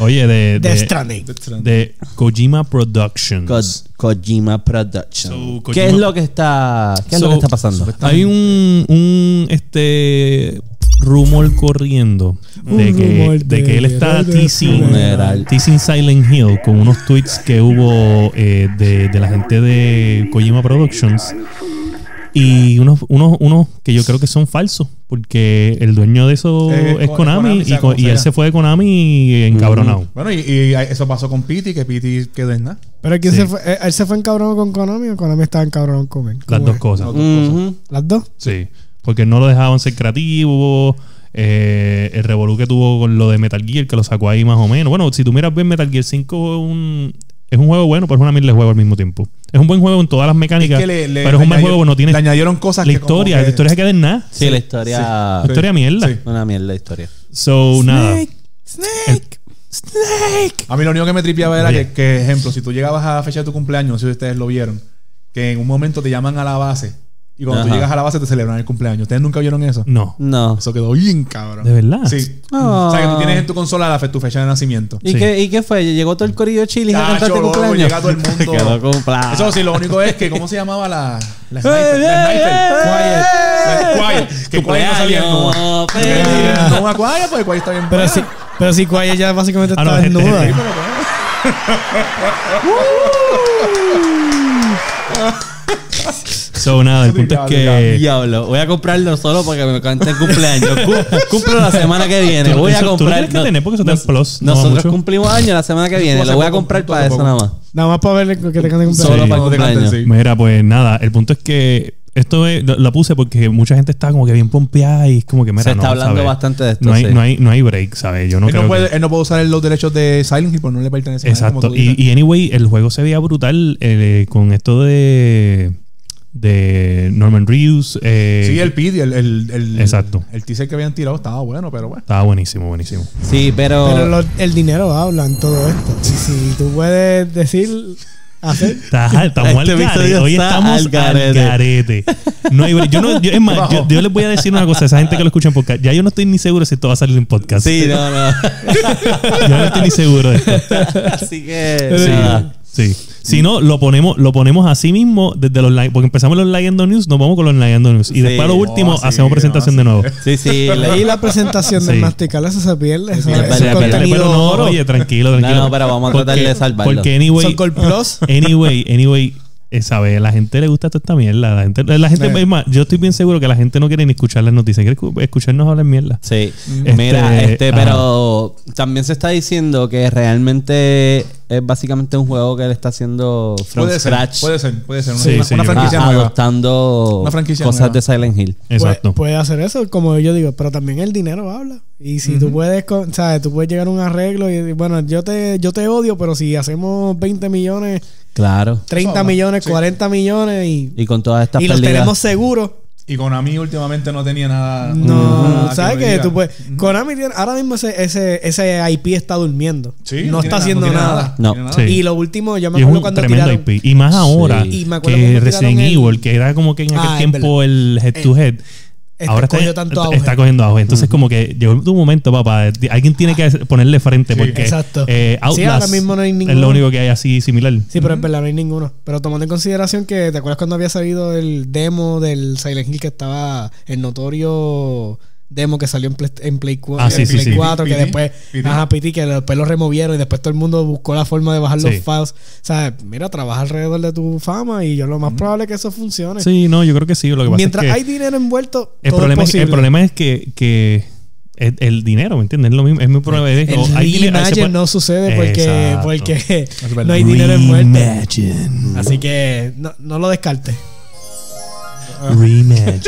S3: Oye,
S2: De
S3: de... de
S2: Stranding.
S3: de Kojima Productions.
S1: Ko- Kojima Production.
S3: So, Kojima- este
S1: ¿Qué es lo que está. ¿Qué es lo
S3: So,
S1: que está pasando?
S3: Hay un, un, este rumor corriendo
S2: Un
S3: de que,
S2: rumor
S3: de que él
S2: de-
S3: está
S2: de-
S3: teasing, eh,
S1: funeral.
S3: teasing Silent Hill con unos tweets que hubo eh, de, de la gente de Kojima Productions y unos, unos, unos que yo creo que son falsos porque el dueño de eso
S4: Eh,
S3: es
S4: Konami,
S3: Konami, y,
S4: sea
S3: Ko-
S4: como
S3: y él
S4: sea.
S3: se fue de Konami encabronado.
S4: Bueno, y, y eso pasó con Pity, que Pity quedó en nada.
S2: Pero ¿quién
S3: Sí.
S2: se fue? eh, ¿Él se fue encabronado con Konami o Konami estaba encabronado con él?
S3: Las
S2: ¿Cómo
S3: dos
S2: es?
S3: cosas.
S1: Ujú.
S2: ¿Las dos?
S3: Sí, porque no lo dejaban ser creativo. eh, el revolú que tuvo con lo de Metal Gear, que lo sacó ahí más o menos. Bueno, si tú miras bien, Metal Gear 5 es un, es un juego bueno, pero es una mierda de juego al mismo tiempo. Es un buen juego en todas las mecánicas,
S4: le- le-
S3: pero es un
S4: le
S3: buen juego,
S4: añadió-
S3: no tiene
S4: Le añadieron cosas
S3: la
S4: que como
S3: historia.
S4: que-
S3: La historia se queda en nada.
S1: Sí, la historia.
S3: La historia mierda.
S4: Sí.
S1: Una mierda de historia.
S3: So, nada.
S2: Snake. Snake.
S4: A mí lo único que me tripeaba era
S3: Oye.
S4: que, que, ejemplo, si tú llegabas a la fecha de tu cumpleaños, no sé si ustedes lo vieron, que en un momento te llaman a la base Y cuando tú
S1: Ajá.
S4: llegas a la base te celebran el cumpleaños. ¿Ustedes nunca vieron eso?
S3: No.
S1: No.
S4: Eso quedó bien cabrón.
S3: ¿De verdad?
S4: Sí.
S1: Ah.
S4: O sea, que tú tienes en tu consola la fe- tu fecha de nacimiento.
S1: ¿Y,
S3: Sí.
S1: qué, ¿Y qué fue? ¿Llegó todo el corillo chili a
S4: Chacho,
S1: cantarte
S4: loco,
S1: cumpleaños?
S4: llega todo el mundo.
S1: Quedó cumplado.
S4: Eso sí, lo único es que, ¿cómo se llamaba la, la
S1: ¡Eh,
S4: sniper?
S1: eh,
S4: La
S1: eh!
S4: sniper. Quiet. La Quiet. Que Quiet no salía en Noma.
S1: Cumpleaños
S4: Que
S1: feliz.
S4: salía en Noma Quiet porque Quiet está bien
S2: Pero
S1: Ah.
S4: buena.
S2: sí, pero sí, Quiet ya básicamente
S3: Ah,
S2: está
S3: no, gente,
S2: desnuda.
S3: gente. So, nada, el punto es que.
S1: Diablo, voy a comprarlo solo porque me cante el cumpleaños. Cu- cumplo la semana que viene.
S3: Tú-
S1: Voy a
S3: eso tú lo
S1: comprar.
S3: tienes que tener porque eso te
S1: nos-
S3: plus, no va
S1: nosotros
S3: mucho.
S1: cumplimos años la semana que viene.
S4: vas
S1: Lo
S4: a
S1: voy a
S4: comprar
S1: comprar para
S4: todo
S1: eso
S4: poco.
S1: nada más.
S2: Nada más para ver lo que tengan de cumpleaños.
S1: Solo para
S4: Cuando te canten,
S1: cumpleaños.
S4: sí.
S3: Mira, pues nada, el punto es que. Esto es- lo, lo puse porque mucha gente está como que bien pompeada y es como que mira,
S1: Se está
S3: no,
S1: hablando
S3: ¿sabes?
S1: bastante de esto,
S3: No hay,
S1: sí.
S3: no, hay, no hay break, ¿sabes? Yo no
S4: él,
S3: creo
S4: no puede,
S3: que-
S4: él no puede usar los derechos de Silent Hill porque no le pertenece a nadie, como
S3: Exacto.
S4: tú
S3: Y,
S4: dices.
S3: y anyway, el juego se veía brutal eh, con esto de. de Norman Reeves. eh,
S4: sí, el PID, el, el, el,
S3: Exacto.
S4: el teaser que habían tirado estaba bueno, pero bueno.
S3: Estaba buenísimo, buenísimo.
S1: Sí, pero.
S2: Pero lo- el dinero habla en todo esto. Y si tú puedes decir, hacer.
S3: Está, estamos
S1: Este
S3: al garete.
S1: episodio
S3: Hoy
S1: está
S3: estamos
S1: al
S3: al garete.
S1: garete.
S3: No hay break. Yo no, yo- es más,
S4: Bajo.
S3: yo, yo les voy a decir una cosa a esa gente que lo escucha en podcast. Ya yo no estoy ni seguro si esto va a salir en podcast.
S1: Sí, no, no.
S3: Yo no estoy ni seguro de esto.
S1: Así que.
S3: Sí.
S1: nada.
S3: Sí. Si no, lo ponemos, lo ponemos así mismo desde los li- porque empezamos los Ligando News, nos vamos con los Ligando News. Y
S1: Sí.
S3: después a lo
S1: No,
S3: último
S4: así,
S3: hacemos
S4: no,
S3: presentación de
S4: así.
S3: nuevo.
S1: Sí, sí. le-
S2: Y la presentación
S3: Sí.
S2: del mastical, eso se pierde. Eso,
S1: Es
S2: eso es
S1: verdad, es verdad.
S2: contenido
S3: Pero no,
S2: oro.
S3: oye, tranquilo, tranquilo.
S1: No, no, pero vamos a tratar de salvarlo.
S3: Porque anyway,
S2: Son Col Plus.
S3: Anyway, anyway, eh, ¿sabes? La gente le gusta toda esta mierda. La gente, la gente
S4: Eh.
S3: es más, yo estoy bien seguro que la gente no quiere ni escuchar las noticias, quiere escu- escucharnos hablar mierda.
S1: Sí,
S3: Este,
S1: mira, este,
S3: ajá.
S1: pero también se está diciendo que realmente es básicamente un juego que le está haciendo from
S4: Puede ser,
S1: scratch,
S4: puede ser, puede ser. Una,
S3: Sí,
S4: una-
S3: sí,
S4: una
S3: yo creo.
S4: franquicia
S1: a-
S4: nueva.
S1: adoptando
S4: Una franquicia
S1: cosas
S4: nueva.
S1: de Silent Hill.
S2: Pues,
S3: Exacto.
S2: Puede, puede hacer eso, como yo digo, pero también el dinero habla. Y si tú puedes, con- ¿sabes? Tú puedes llegar a un arreglo y bueno, yo te, yo te odio, pero si hacemos 20 millones,
S1: Claro.
S2: 30
S4: habla,
S2: millones,
S4: sí.
S2: 40 millones y,
S1: Y con todas estas
S2: y los tenemos seguros.
S4: Y Konami últimamente no tenía nada.
S2: No,
S4: nada
S2: ¿sabes
S4: que
S2: qué?
S4: diga.
S2: Tú puedes, Konami tiene, ahora mismo ese, ese, ese IP está durmiendo.
S4: Sí,
S2: no está
S4: tiene
S2: haciendo
S4: tiene
S2: nada.
S1: No.
S4: tiene
S3: Sí.
S2: Y lo último, yo me
S3: Y es
S2: acuerdo
S3: un
S2: cuando
S3: tremendo
S2: tiraron-
S3: IP. Y más ahora
S1: Sí.
S2: Y me acuerdo
S3: que
S2: cuando
S3: Resident
S2: tiraron el-
S3: Evil, que era como que en aquel
S2: Ah, es
S3: tiempo el head to head.
S2: Este
S3: ahora
S2: cogió
S3: está,
S2: tanto auge.
S3: está cogiendo auge. Entonces, como que llegó un momento, papá. de- Alguien tiene que ponerle frente
S4: Sí.
S3: porque
S2: Exacto.
S3: eh,
S2: Sí,
S3: Outlast
S2: ahora mismo no hay
S3: es
S2: ninguno.
S3: lo único que hay así similar.
S2: Sí, pero en verdad no hay ninguno. Pero tomando en consideración que, ¿te acuerdas cuando había salido el demo del Silent Hill que estaba el notorio demo que salió en Play, en Play cua-
S3: Ah, sí,
S2: en
S3: sí,
S2: Play
S3: sí.
S2: 4 que
S4: PT,
S2: después,
S4: PT.
S2: ajá, PT, que después lo removieron y después todo el mundo buscó la forma de bajar
S3: Sí.
S2: los files. O sea, mira, trabaja alrededor de tu fama y yo lo más probable es que eso funcione.
S3: Sí, no, yo creo que sí. Lo que pasa
S2: Mientras
S3: es que
S2: hay dinero envuelto,
S3: el
S2: todo
S3: problema
S2: es
S3: es,
S2: posible.
S3: el problema es que, que el, el dinero, ¿me entiendes? Es lo mismo. Es muy probable. es- o
S2: El
S3: hay dinero- ahí se
S2: reimagine
S3: puede-
S2: no sucede porque,
S3: Exacto.
S2: porque
S4: Es verdad.
S2: no hay dinero envuelto.
S3: Reimagine.
S2: Así que no, no lo descarte.
S3: Reimagine.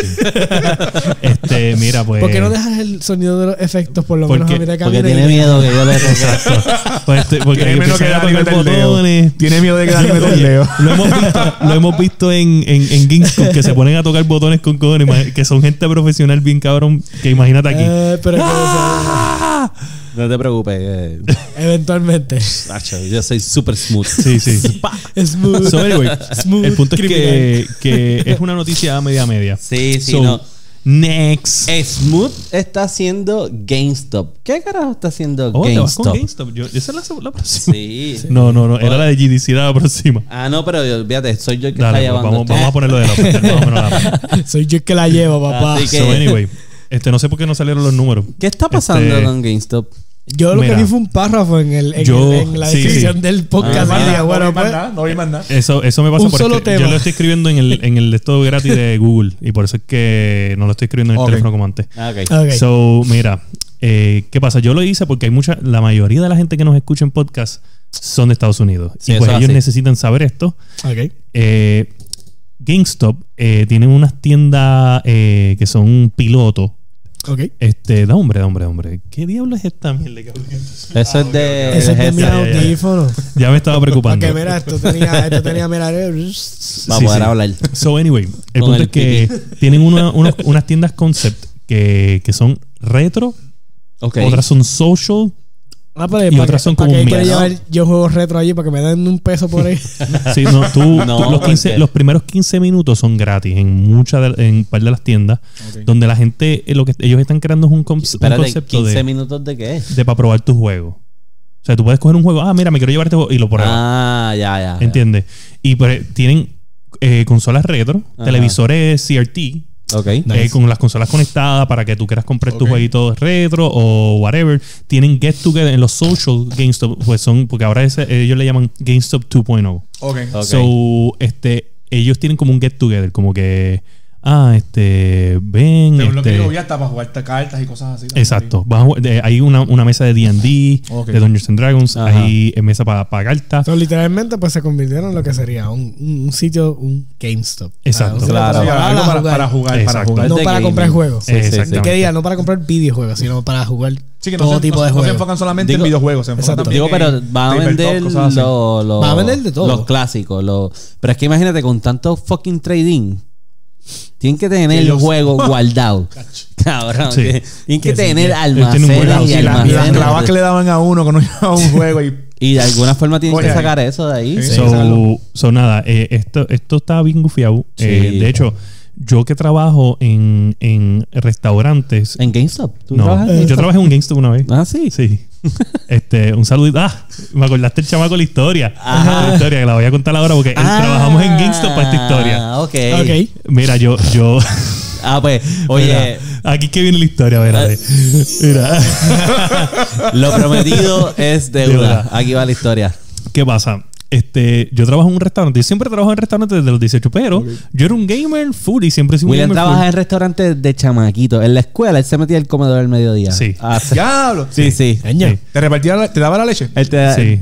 S3: este, mira, pues.
S2: ¿Por qué no dejas el sonido de los efectos por lo menos
S3: Porque-
S2: a mitad
S1: Porque
S2: de camino
S1: tiene
S2: y-
S1: miedo que yo le
S3: Exacto. Pues este- porque
S4: Tiene
S3: yo
S4: miedo
S3: empecé
S4: que
S3: a
S4: Dani meta
S3: tocar
S4: el dedo.
S3: botones.
S4: Tiene miedo de que Dani meta el dedo.
S3: Lo hemos visto, lo hemos visto en, en, en Gamescom que se ponen a tocar botones con cojones, ma- que son gente profesional bien cabrón, que imagínate aquí.
S2: Eh, pero es que
S1: No te preocupes. eh,
S2: eso- eventualmente.
S1: Nacho, yo soy super smooth.
S3: Sí, sí.
S2: Smooth.
S3: So, anyway,
S2: Smooth
S3: el punto es que,
S2: criminal.
S3: que es una noticia media media.
S1: Sí, sí,
S3: So,
S1: no.
S3: Next.
S1: Eh, Smooth está haciendo GameStop. ¿Qué carajo está haciendo
S3: Oh, te vas con
S1: GameStop?
S3: GameStop. Yo- esa es la, seg- la próxima.
S1: Sí.
S3: No, no, no. Era la de GDC, era la próxima.
S1: Ah, no, pero olvídate, soy yo el que
S3: Dale,
S1: está
S3: pues,
S1: llevando.
S3: vamos, vamos a ponerlo de la vamos a ponerlo de la
S2: Soy yo el que la llevo,
S3: Ah,
S2: papá.
S1: Así que-
S3: So, anyway. Este, no sé por qué no salieron los números.
S1: ¿Qué está pasando
S3: Este,
S1: con GameStop?
S2: Yo lo
S3: Mira.
S2: que vi fue un párrafo en, el, en,
S3: Yo-
S2: el- en la
S3: sí,
S2: descripción
S3: sí.
S2: del
S1: Ah,
S2: podcast.
S1: mira.
S2: Y dije, bueno,
S4: no vi más
S2: pues,
S4: nada, no vi más nada.
S3: Eso, eso me pasa
S2: Un
S3: por
S2: solo
S3: este-
S2: tema.
S3: Yo lo estoy escribiendo en el, en el esto gratis de Google y por eso es que no lo estoy escribiendo en el
S4: Ok.
S3: teléfono como antes.
S1: Ah, ok.
S2: ok.
S3: So, mira, eh, ¿qué pasa? Yo lo hice porque hay mucha, la mayoría de la gente que nos escucha en podcast son de Estados Unidos.
S1: Sí,
S3: y pues
S1: eso es
S3: ellos
S1: así.
S3: necesitan saber esto.
S2: ok.
S3: Eh, GameStop eh, tiene unas tiendas eh, que son un piloto.
S2: Ok.
S3: Este, da hombre, da hombre, da hombre. ¿Qué diablo es esta mierda que hablé?
S1: Eso es de.
S2: Ese es de
S1: es
S2: mi
S1: ese.
S3: ya, ya.
S2: audífono.
S3: Ya me estaba preocupando.
S2: Porque mira, esto tenía, esto tenía, mira, eh,
S1: Va a
S3: Sí,
S1: poder
S3: sí.
S1: hablar.
S3: So, anyway, el
S1: Con
S3: punto
S1: el
S3: es que tienen una- unos- unas tiendas concept que, que son retro,
S1: Ok.
S3: otras son social,
S2: Ah, pero
S3: Y
S2: ¿para
S3: otras
S2: qué-
S3: son
S2: para
S3: como
S2: qué
S3: un
S2: quiere
S3: mes, ¿no?
S2: llevar yo juego retro allí para que me den un peso por ahí.
S3: Sí, no, tú,
S1: No,
S3: tú- los,
S1: ¿por
S3: 15
S1: qué?
S3: los primeros 15 minutos son gratis en muchas de- en un par de las tiendas
S4: Ok.
S3: donde la gente eh, lo que ellos están creando es un, cons- un
S1: Espérate,
S3: concepto
S1: 15
S3: de,
S1: minutos de qué.
S3: de para probar tu juego. O sea, tú puedes coger un juego, ah, mira, me quiero llevar este juego y lo pruebas.
S1: Ah, ya, ya. ya.
S3: ¿Entiendes? Y por- tienen eh, consolas retro,
S1: Ajá.
S3: televisores CRT,
S1: Ok.
S3: eh, con las consolas conectadas para que tú quieras comprar tu
S4: Ok.
S3: jueguito retro o whatever. Tienen Get Together en los social GameStop, pues son, porque ahora ese- ellos le llaman GameStop 2.0.
S4: Ok.
S1: Ok.
S3: So, este, ellos tienen como un Get Together, como que, ah, este, ven,
S4: Pero lo que
S3: este,
S4: yo vi hasta para jugar cartas y cosas así. también.
S3: Exacto. Vas a jugar- de- hay una, una mesa de D&D,
S4: Ok.
S3: de Dungeons and Dragons,
S1: Ajá.
S3: hay eh, mesa para cartas.
S2: Entonces, literalmente, pues se convirtieron en lo que sería un, un- un sitio, un GameStop.
S3: Exacto.
S2: Ah, un-
S1: Claro.
S4: Sí, algo para,
S2: jugar.
S4: para jugar, para
S3: Exacto.
S4: jugar.
S2: No
S1: de
S2: para
S1: gaming.
S2: comprar juegos.
S1: Sí, sí, sí.
S3: Exactamente.
S2: Que diga, no para comprar videojuegos, sino para jugar
S4: Sí, que no,
S2: todo
S4: se,
S2: tipo
S4: no-
S2: de
S4: no se
S2: juegos.
S4: enfocan solamente
S1: Digo-
S4: en videojuegos. Se enfocan
S2: Exacto.
S4: también
S1: Digo, pero
S4: en
S1: va a
S4: tabletop,
S1: vender
S4: cosas así.
S1: lo- lo-
S2: Va a vender de todo.
S1: los clásicos. Los, pero es que imagínate, con tanto fucking trading, tienen que tener el
S4: ellos-
S1: juego guardado. Cabrón.
S3: Sí.
S1: que- Tienen que
S2: Que sí,
S1: tener
S2: que-
S3: tiene un buen
S1: almacenes
S3: house.
S1: y
S4: Y las- y las
S1: almacenes.
S4: clavas que le daban a uno cuando llevaba un juego y
S1: Y de alguna forma tienen
S4: Oye,
S1: que
S4: ahí.
S1: sacar eso de ahí.
S4: Sí.
S3: So,
S4: Exacto.
S3: so nada, eh, esto, esto está bien gufiado. Eh,
S1: Sí.
S3: de hecho, yo que trabajo en, en restaurantes.
S1: En GameStop. ¿Tú
S3: no, eh,
S1: trabajas en
S3: yo
S1: GameStop?
S3: trabajé en un GameStop una vez.
S1: Ah, sí.
S3: Sí. Este, un saludito. Ah, me acordaste el chamaco la historia.
S1: Ajá.
S3: La historia que la voy a contar ahora porque él-
S1: Ah,
S3: eh, trabajamos en GameStop para esta historia.
S1: Ah, ok.
S2: Ok.
S3: Mira, yo, yo.
S1: Ah, pues, oye,
S3: Mira, aquí es que viene la historia, verás. Mira.
S1: lo prometido es deuda.
S3: Deuda.
S1: Aquí va la historia.
S3: ¿Qué pasa? Este, yo trabajo en un restaurante. Yo siempre trabajo en restaurantes desde los 18, pero yo era un gamer full y siempre he sido un
S1: William
S3: gamer full.
S1: trabaja en restaurantes de chamaquito. En la escuela, él se metía al comedor al mediodía.
S3: Sí.
S1: Ah, sí.
S4: ¡Diablo!
S1: Sí, sí.
S2: Coño.
S3: Sí.
S4: ¿Te repartía la- te daba la leche?
S1: Él te da-
S3: Sí.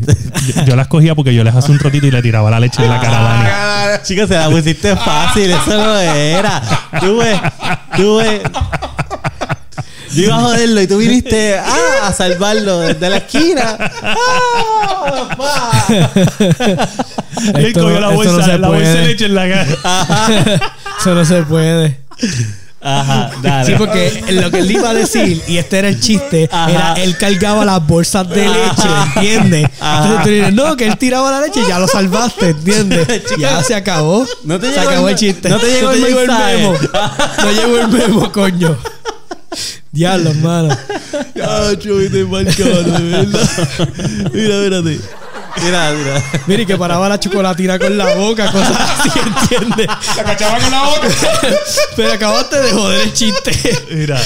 S3: yo, yo las cogía porque yo les hacía un trotito y le tiraba la leche de la caravana.
S4: Ah,
S1: Chicos, se la pusiste fácil, eso no era. Tuve, tuve. Yo iba a joderlo y tú viniste ah, a salvarlo desde la esquina. ¡Ah, papá!
S3: Él
S2: Esto no-
S3: cogió la
S2: esto
S3: bolsa,
S2: no se
S3: la bolsa de
S2: puede. Ah.
S3: leche en la cara.
S2: Eso no se puede.
S1: Ajá, dale.
S2: Sí, porque lo que él iba a decir, y este era el chiste,
S1: Ajá.
S2: era él cargaba las bolsas de leche, ¿entiendes? Entonces tú dices, no, que él tiraba la leche, ya lo salvaste, ¿entiendes? Ya se acabó.
S1: No te
S2: se
S1: llegó
S2: acabó
S1: el-
S2: el chiste.
S1: no te llegó el mensaje.
S2: memo. No llegó el memo, coño. Diablo, hermano.
S1: Mira, espérate. Mira, mira.
S2: Mira, y que paraba la chocolatina con la boca, cosas así, ¿entiendes?
S4: La cachaba con la otra.
S2: Pero acabaste de joder el chiste.
S3: Mira,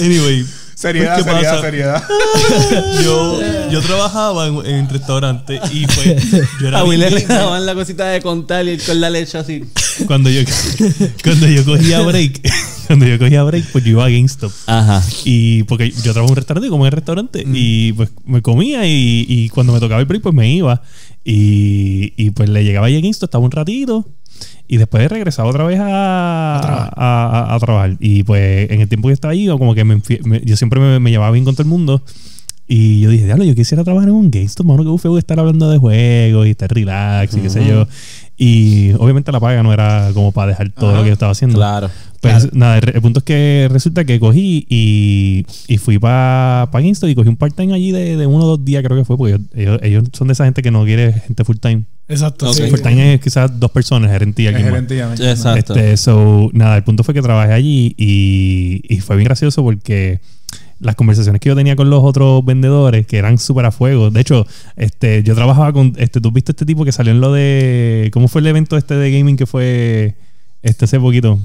S3: anyway.
S4: Seriedad,
S3: ¿Qué
S4: seriedad,
S3: pasa?
S4: seriedad.
S3: Yo, yo trabajaba en, en restaurante y pues yo era
S1: A
S3: bien
S1: William le
S3: gamer.
S1: daban la cosita de contar y él con la leche así.
S3: cuando yo cuando yo cogía break, cuando yo cogía break, pues yo iba a GameStop.
S1: Ajá.
S3: Y porque yo trabajo en un restaurante y comía en el restaurante. Y pues me comía y, y cuando me tocaba el break, pues me iba. Y, y pues le llegaba allí a GameStop, estaba un ratito. Y después regresaba otra vez a, a, a- a trabajar. Y pues en el tiempo que estaba allí, como que me enfie- me- yo siempre me, me llevaba bien con todo el mundo. Y yo dije, diablo, yo quisiera trabajar en un GameStop, mano, que feo estar hablando de juegos y estar relax y qué sé yo. Y obviamente la paga no era como para dejar todo lo que yo estaba haciendo.
S1: Claro.
S3: Pues nada, el, re- el punto es que resulta que cogí y, y fui para pa GameStop y cogí un part-time allí de, de uno o dos días, creo que fue, porque ellos, ellos- ellos son de esa gente que no quiere gente full-time.
S2: Exacto,
S1: Ok.
S2: sí.
S3: Full-time es quizás dos personas, gerente y
S4: El
S3: alguien más.
S4: gerente ya me-
S1: Exacto.
S3: Este, so, nada, el punto fue que trabajé allí y, y fue bien gracioso porque las conversaciones que yo tenía con los otros vendedores que eran súper a fuego. De hecho, este, yo trabajaba con. Este, ¿Tú viste este tipo que salió en lo de. ¿Cómo fue el evento este de gaming que fue este hace poquito?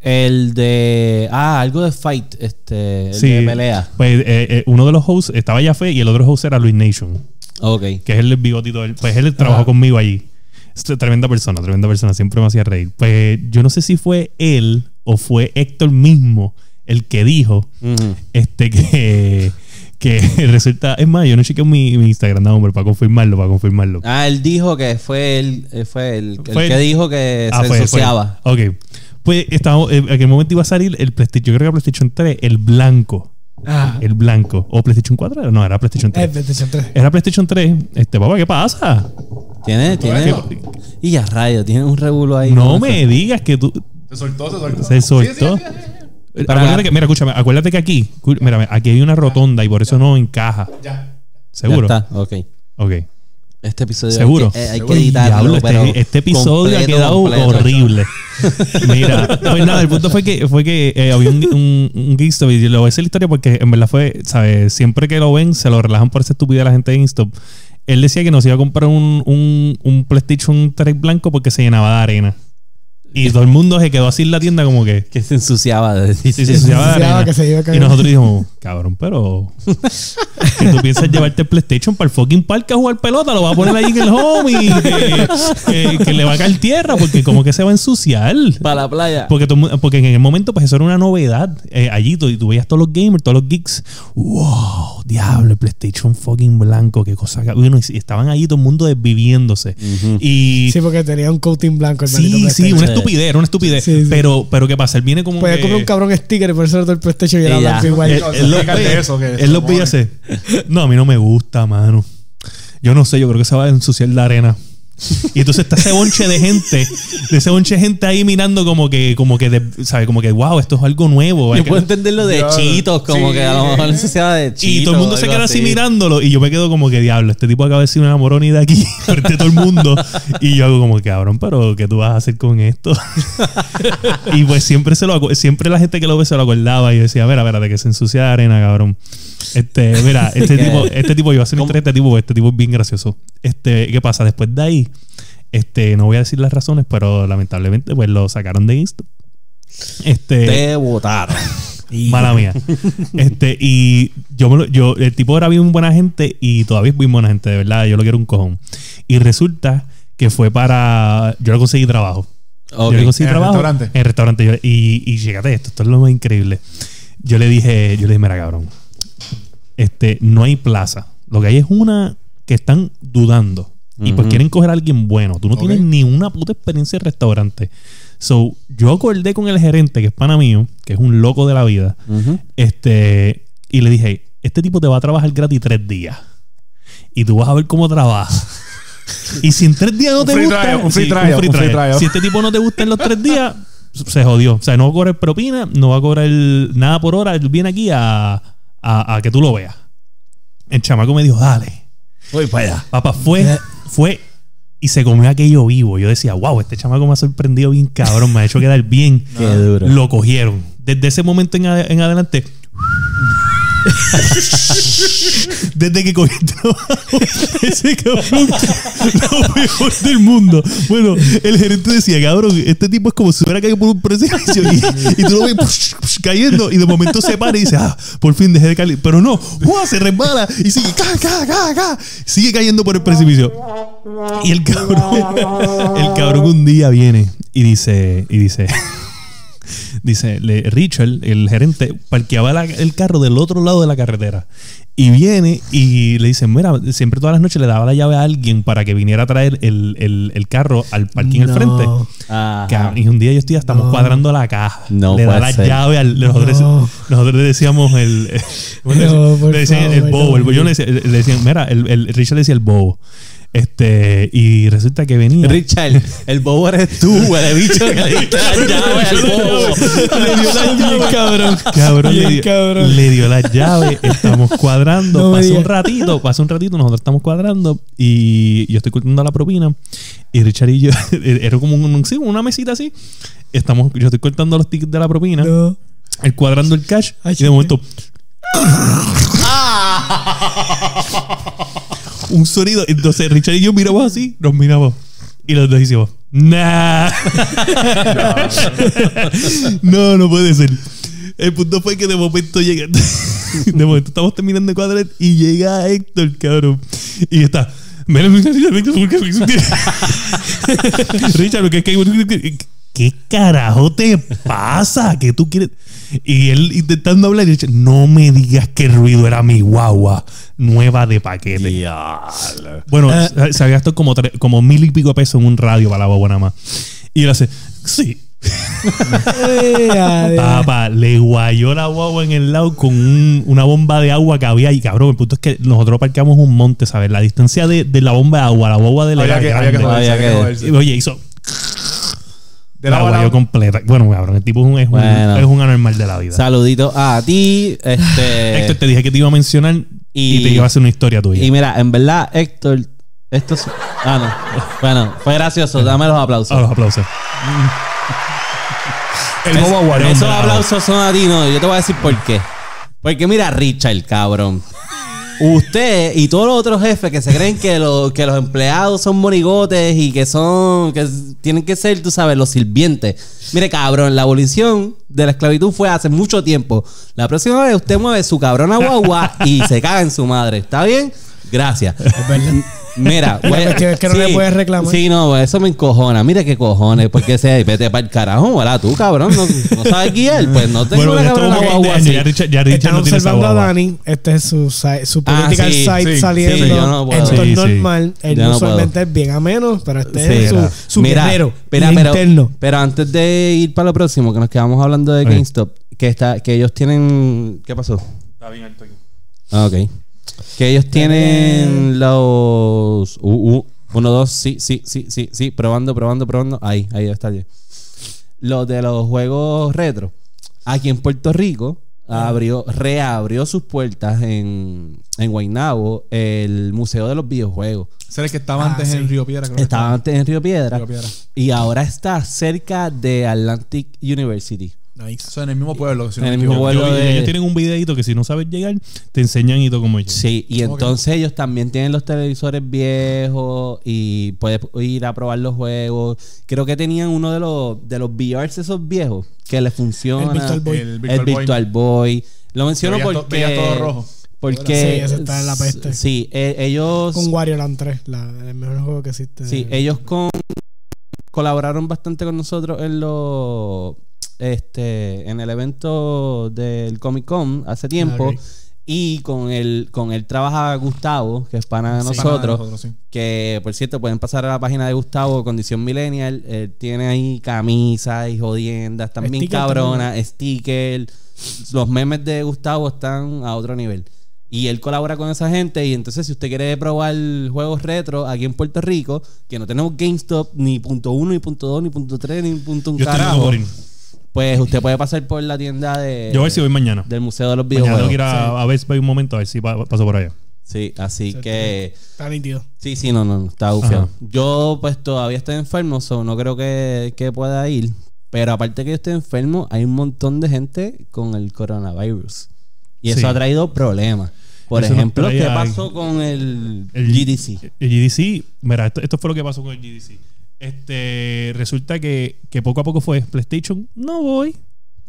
S1: El de. Ah, algo de fight. Este. El de pelea.
S3: Pues eh, eh, uno de los hosts estaba Jafé y el otro host era Luis Nation,
S1: Ok.
S3: que es el bigotito. él. Pues él trabajó conmigo allí. Es tre- tremenda persona, tremenda persona. Siempre me hacía reír. Pues yo no sé si fue él o fue Héctor mismo el que dijo
S1: Ujú.
S3: este que, que resulta. Es más, yo no chequeo mi, mi Instagram, no, hombre, para confirmarlo, para confirmarlo.
S1: Ah, él dijo que fue el, eh, fue el, el
S3: Fue
S1: que
S3: el-
S1: dijo que
S3: Ah,
S1: se
S3: fue, fue.
S1: ensuciaba.
S3: Ok. Pues estábamos, en aquel momento iba a salir el PlayStation, yo creo que PlayStation 3, el blanco.
S2: Ah,
S3: El blanco. ¿O PlayStation 4? era? No, era PlayStation 3.
S2: eh, PlayStation 3.
S3: Era PlayStation 3. Este, papá, ¿qué pasa?
S1: Tiene, tiene.
S3: ¿Qué pa-
S1: Y ya rayo, tiene un revuelo ahí.
S3: No
S1: con eso.
S3: me digas que tú. eh,
S4: Se soltó, se soltó.
S3: Se soltó.
S4: Sí, sí, sí, sí.
S1: Para-
S3: Acuérdate que, mira, escúchame, acuérdate que aquí, cu- mira, aquí hay una rotonda y por eso no encaja.
S4: Ya.
S3: Seguro.
S1: Ya está, ok.
S3: Ok.
S1: Este episodio
S3: Seguro.
S1: hay que, eh, hay que
S4: Seguro.
S1: editarlo,
S3: Diablo,
S1: pero
S3: este, este epidio ha
S1: completo,
S3: quedado
S1: completo.
S3: horrible. Mira, pues nada, el punto fue que, fue que eh, había un, un, un GameStop y lo voy a decir la historia porque en verdad fue, ¿sabes? Siempre que lo ven, se lo relajan por esa estupidez a la gente de GameStop. Él decía que nos iba a comprar un, un, un PlayStation 3 blanco porque se llenaba de arena. Y todo el mundo se quedó así en la tienda como que...
S1: Que se ensuciaba. de-
S3: Sí, sí,
S2: se
S3: se llama
S2: ensuciaba,
S3: arena.
S2: que se iba a caer.
S3: Y nosotros dijimos, cabrón, pero. que tú piensas llevarte el PlayStation para el fucking parque a jugar pelota, lo vas a poner ahí en el home y que, que- que le va a caer tierra, porque como que se va a ensuciar.
S1: Para la playa.
S3: Porque, todo el mu- porque en el momento, pues eso era una novedad. Eh, allí tú, tú veías todos los gamers, todos los geeks. ¡Wow! Diablo, el PlayStation fucking blanco, qué cosa. ca- Bueno, y estaban allí todo el mundo desviviéndose. Y.
S2: Sí, porque tenía un coating blanco. el maldito
S3: Sí, sí,
S2: PlayStation.
S3: una
S1: Sí.
S3: estupidez, era una estupidez.
S2: Sí, sí.
S3: Pero, pero ¿qué pasa? Él viene como.
S2: Podía
S3: que-
S2: comprar un cabrón sticker y por eso el PlayStation y era
S1: Y ya.
S2: blanco igual.
S1: Eh,
S3: él, él los
S4: Explícate
S3: ve,
S4: eso, que
S3: él los
S4: se
S3: ve y
S4: pone.
S3: hace, No, a mí no me gusta, mano. Yo no sé, yo creo que se va a ensuciar la arena. Y entonces está ese bonche de gente, de ese bonche de gente ahí mirando como que, como que, de- ¿sabe? Como que, wow, esto es algo nuevo. Hay
S1: Yo
S3: que-
S1: puedo entenderlo de
S4: Diablo.
S1: chitos, como
S4: Sí.
S1: que a lo mejor se ensuciaba de chitos.
S3: y todo el mundo
S1: o
S3: se
S1: algo
S3: queda así. mirándolo y yo me quedo como que, diablo, este tipo acaba de decir una moronida aquí frente a todo el mundo. Y yo hago como, cabrón, pero ¿qué tú vas a hacer con esto? y pues siempre se lo acu- siempre la gente que lo ve se lo acordaba y yo decía, mira, de que se ensucia de arena, cabrón. Este, mira, este
S1: ¿Qué?
S3: tipo, este tipo, yo voy a hacer una
S1: ¿Cómo?
S3: historia de este tipo, porque este tipo es bien gracioso. Este, ¿qué pasa? Después de ahí, este, no voy a decir las razones, pero lamentablemente, pues lo sacaron de Insta. Este,
S1: Te botaron.
S3: Mala mía. Este, y yo, me lo- yo, el tipo era bien buena gente y todavía es bien buena gente, de verdad. Yo lo quiero un cojón. Y resulta que fue para. Yo le conseguí trabajo.
S1: Ok.
S3: Yo le conseguí
S4: ¿En el
S3: trabajo.
S4: restaurante?
S3: En el restaurante. Yo- y, y fíjate esto, esto es lo más increíble. Yo le dije, yo le dije, mira, cabrón. Este, no hay plaza. Lo que hay es una que están dudando. Y pues
S1: Ujú.
S3: quieren coger a alguien bueno. Tú no
S4: Ok.
S3: tienes ni una puta experiencia en restaurante. So, yo acordé con el gerente, que es pana mío, que es un loco de la vida.
S1: Ujú.
S3: Este, y le dije, este tipo te va a trabajar gratis tres días. Y tú vas a ver cómo trabaja. Y si en tres días no
S4: Un
S3: te
S4: free
S3: gusta.
S4: trial, un free
S3: Sí,
S4: trial, un free
S3: trial.
S4: trial.
S3: Si este tipo no te gusta en los tres días, se jodió. O sea, no va a cobrar propina, no va a cobrar nada por hora. Él viene aquí a, a- a que tú lo veas. El chamaco me dijo, dale.
S1: Voy para allá.
S3: Papá,
S1: Eh.
S3: fue, fue y se comió aquello vivo. Yo decía, wow, este chamaco me ha sorprendido bien, cabrón. Me ha hecho quedar bien.
S1: Qué duro.
S3: Lo cogieron. Desde ese momento en, ade- en adelante. Desde que cogió el trabajo, ese cabrón, lo mejor del mundo. Bueno, el gerente decía, cabrón, este tipo es como si hubiera caído por un precipicio y, y tú lo ves push, push, cayendo y de momento se para y dice, ah, por fin dejé de caer. Pero no, ¡guau! se resbala y sigue, ca, ca, ca, ca. sigue cayendo por el precipicio. Y el cabrón, el cabrón un día viene y dice, y dice, dice, le- Richard, el gerente, parqueaba la- el carro del otro lado de la carretera. Y viene y le dicen, mira, siempre todas las noches le daba la llave a alguien para que viniera a traer el, el- el carro al parking al
S2: No.
S3: frente.
S1: Ajá.
S3: Cabrón, y un día yo estoy, ya estamos
S2: No.
S3: cuadrando la caja.
S1: No
S3: le da
S1: puede
S3: la
S1: ser.
S3: llave al. Nosotros,
S2: No.
S3: nosotros le decíamos el. ¿cómo le decían?
S2: No, por
S3: le decían el- el
S2: favor,
S3: bobo. el
S2: no.
S3: bobo. Yo le, decía- le decían, mira, el, el- Richard le decía el bobo. Este, y resulta que venía.
S1: Richard, el bobo eres tú, güey, el bicho que le diste la llave al bobo.
S3: Le dio la llave, cabrón. Cabrón, le
S2: Bien
S3: dio,
S2: cabrón.
S3: le dio la llave. Estamos cuadrando.
S2: No me
S3: pasó un
S2: digas.
S3: ratito, pasó un ratito. Nosotros estamos cuadrando y yo estoy cortando la propina. Y Richard y yo, er, era como un- sí, una mesita así. Estamos, yo estoy cortando los tickets de la propina.
S2: No.
S3: El cuadrando el cash.
S2: Ay,
S3: y de
S2: sí.
S3: momento. un sonido. Entonces Richard y yo miramos así, nos miramos. Y los dos hicimos. Nah. no, no puede ser. El punto fue que de momento llega. De momento estamos terminando de cuadrar y llega Héctor, cabrón. Y está. "Mira, mira, mira, mira, mira, mira, mira". Richard, ¿qué, qué, qué carajo te pasa? ¿Qué tú quieres? Y él intentando hablar, y Richard, no me digas que el ruido era mi guagua nueva de paquete. Bueno, se- se gastó como, tre- como mil y pico de pesos en un radio para la guagua nada más. Y él hace, sí,
S2: Eh,
S1: Ah,
S2: adiós.
S3: Papá, le guayó la guagua en el lado con un- una bomba de agua que había ahí, cabrón. El punto es que nosotros parqueamos un monte, ¿sabes? La distancia de, de la bomba de agua, a la guagua de la
S4: Había que, había que
S1: grande.
S4: joderse,
S1: Había
S4: había que
S1: que-
S4: joderse.
S3: Oye, hizo.
S4: De
S3: La
S4: la
S3: guayó
S4: bala-
S3: completa. Bueno, cabrón, el tipo es un, es un-
S1: Bueno.
S3: es un anormal de la vida.
S1: Saludito a ti, este.
S3: Héctor, te dije que te iba a mencionar
S1: Y,
S3: Y te iba a hacer una historia tuya.
S1: y mira, en verdad, Héctor, esto es. Ah, no. Bueno, fue gracioso. Dame los aplausos.
S3: A los aplausos. El Boba Warrior.
S1: Esos aplausos son a ti, no. Yo te voy a decir por qué. Porque mira, Richard, cabrón. Usted y todos los otros jefes que se creen que, lo- que los empleados son morigotes y que son. que s- tienen que ser, tú sabes, los sirvientes. Mire, cabrón, la abolición de la esclavitud fue hace mucho tiempo. La próxima vez usted mueve su cabrona guagua y se caga en su madre. ¿Está bien? Gracias. Mira, güey,
S2: cuestión es que no le puedes reclamar.
S1: Sí, no, pues, eso me encojona. Mira qué cojones, porque se vete para el carajo, ¿verdad? Tú, cabrón, no, no sabes guiar, pues no tengo
S3: Bueno,
S1: una
S3: ya estamos
S1: cabrona
S3: como
S1: guagua
S3: 20 años.
S1: así.
S3: Ya Richard, ya Richard
S2: Están
S3: no tiene esa
S2: observando a
S3: guagua.
S2: Dani. Este es su, site- su
S1: Ah,
S2: political
S1: sí,
S2: site
S4: sí,
S2: saliendo.
S1: sí, yo no puedo.
S2: Esto
S3: Sí, sí.
S2: es normal. Él
S1: Yo no
S2: usualmente es bien ameno, pero este
S1: Sí,
S2: es su,
S1: mira.
S2: su
S1: Mira,
S2: guerrero
S1: mira, pero,
S2: interno.
S1: pero antes de ir para lo próximo, que nos quedamos hablando de
S3: Ok.
S1: GameStop, que está, que ellos tienen. ¿Qué pasó?
S4: Está bien alto aquí.
S1: Ah, ok. Que ellos tienen los. Uh, uh, uno, dos, sí, sí, sí, sí, sí. Probando, probando, probando. Ahí, ahí debe estar bien. Los de los juegos retro. Aquí en Puerto Rico abrió, reabrió sus puertas en, en Guaynabo el Museo de los Videojuegos.
S4: Ese era el que estaba
S2: Ah,
S4: antes
S2: sí.
S4: en Río Piedra. creo que
S1: Estaba antes en Río Piedra,
S4: Río Piedra.
S1: y ahora está cerca de Atlantic University.
S4: O sea, en el mismo pueblo. si no
S1: En
S4: me
S1: el mismo
S4: equivoco.
S1: pueblo.
S3: Yo vi-
S1: de-
S3: Ellos tienen un videito que si no sabes llegar, te enseñan y todo como yo.
S1: Sí, y entonces ellos también tienen los televisores viejos y puedes ir a probar los juegos. Creo que tenían uno de los de los VRs esos viejos que les funciona.
S2: El Virtual Boy.
S1: El
S4: El
S1: Virtual,
S4: Virtual Boy.
S1: Boy. Lo menciono
S4: Veías to-
S1: porque
S4: veías todo rojo.
S1: Porque
S2: Sí, eso está en la peste.
S1: Sí, eh, ellos
S2: Con Wario Land 3, la- el mejor juego que existe.
S1: Sí, ellos con- colaboraron bastante con nosotros en los este en el evento del Comic Con hace tiempo
S2: ok.
S1: y con él con él trabaja Gustavo, que es pana de
S4: Sí.
S1: nosotros,
S4: Nosotros, sí.
S1: que por cierto pueden pasar a la página de Gustavo Condición Millennial, él tiene ahí camisas y jodiendas, también
S2: Sticker
S1: cabronas, stickers, los memes de Gustavo están a otro nivel. Y él colabora con esa gente. Y entonces, si usted quiere probar juegos retro aquí en Puerto Rico, que no tenemos GameStop ni punto uno, ni punto dos, ni punto tres, ni punto un
S3: Yo estoy loco
S1: carajo,
S3: por ir.
S1: pues usted puede pasar por la tienda de,
S3: Yo a ver si voy mañana.
S1: del Museo de los
S3: Mañana tengo que ir
S1: Videojuegos.
S3: a, a Best Buy un momento a ver si pa- paso por allá.
S1: Sí, así
S2: Exacto.
S1: que.
S2: Está nítido.
S1: Sí, sí, no, no, no, está bufiado.
S3: Ajá.
S1: Yo, pues, todavía estoy enfermo, so, no creo que, que pueda ir. Pero aparte que yo estoy enfermo, hay un montón de gente con el coronavirus. Y eso
S3: Sí.
S1: ha traído problemas. Por
S3: Eso nos
S1: ejemplo, ¿qué
S3: traía-
S1: pasó con el,
S3: El Eh,
S1: GDC?
S3: El GDC, mira, esto, esto fue lo que pasó con el GDC. Este, resulta que, que poco a poco fue PlayStation, no voy.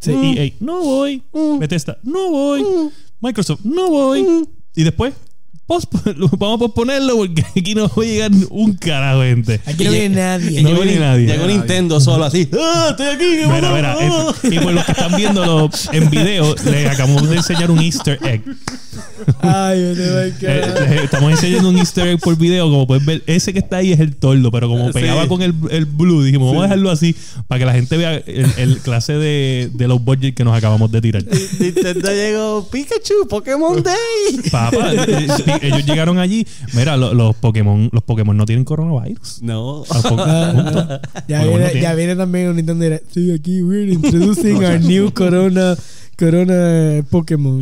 S3: EA, no voy.
S2: Mm,
S1: Mm.
S3: Bethesda, no voy. Microsoft, no voy. Y después, posp- lo- vamos a posponerlo porque aquí no va a llegar un carajo, gente.
S2: Aquí no viene nadie.
S3: No viene nadie.
S1: Llegó
S4: Nadie.
S1: Nintendo solo así. ¡Ah, estoy aquí! ¿qué
S3: Mira,
S1: pasó?
S3: mira,
S1: Ah".
S3: esto- y por los que están viéndolo en video, les acabamos de enseñar un Easter egg.
S2: Ay, me tengo que
S3: Eh,
S2: quedar.
S3: les estamos enseñando un Easter egg por video, como pueden ver, ese que está ahí es el tordo, pero como pegaba
S1: Sí.
S3: con el, el blue, dijimos, vamos a dejarlo así para que la gente vea el, el clase de, de los budget que nos acabamos de tirar.
S1: Nintendo llegó Pikachu, Pokémon Day.
S3: Papá, eh, sí, ellos llegaron allí. Mira, lo- los Pokémon, los Pokémon no tienen coronavirus.
S1: No.
S3: Los po-
S1: Ah,
S3: punto.
S2: Ya
S3: Por lo menos
S2: viene,
S3: tienen.
S2: ya viene también un Nintendo Direct. Estoy aquí, we're introducing our new Corona Corona Pokémon.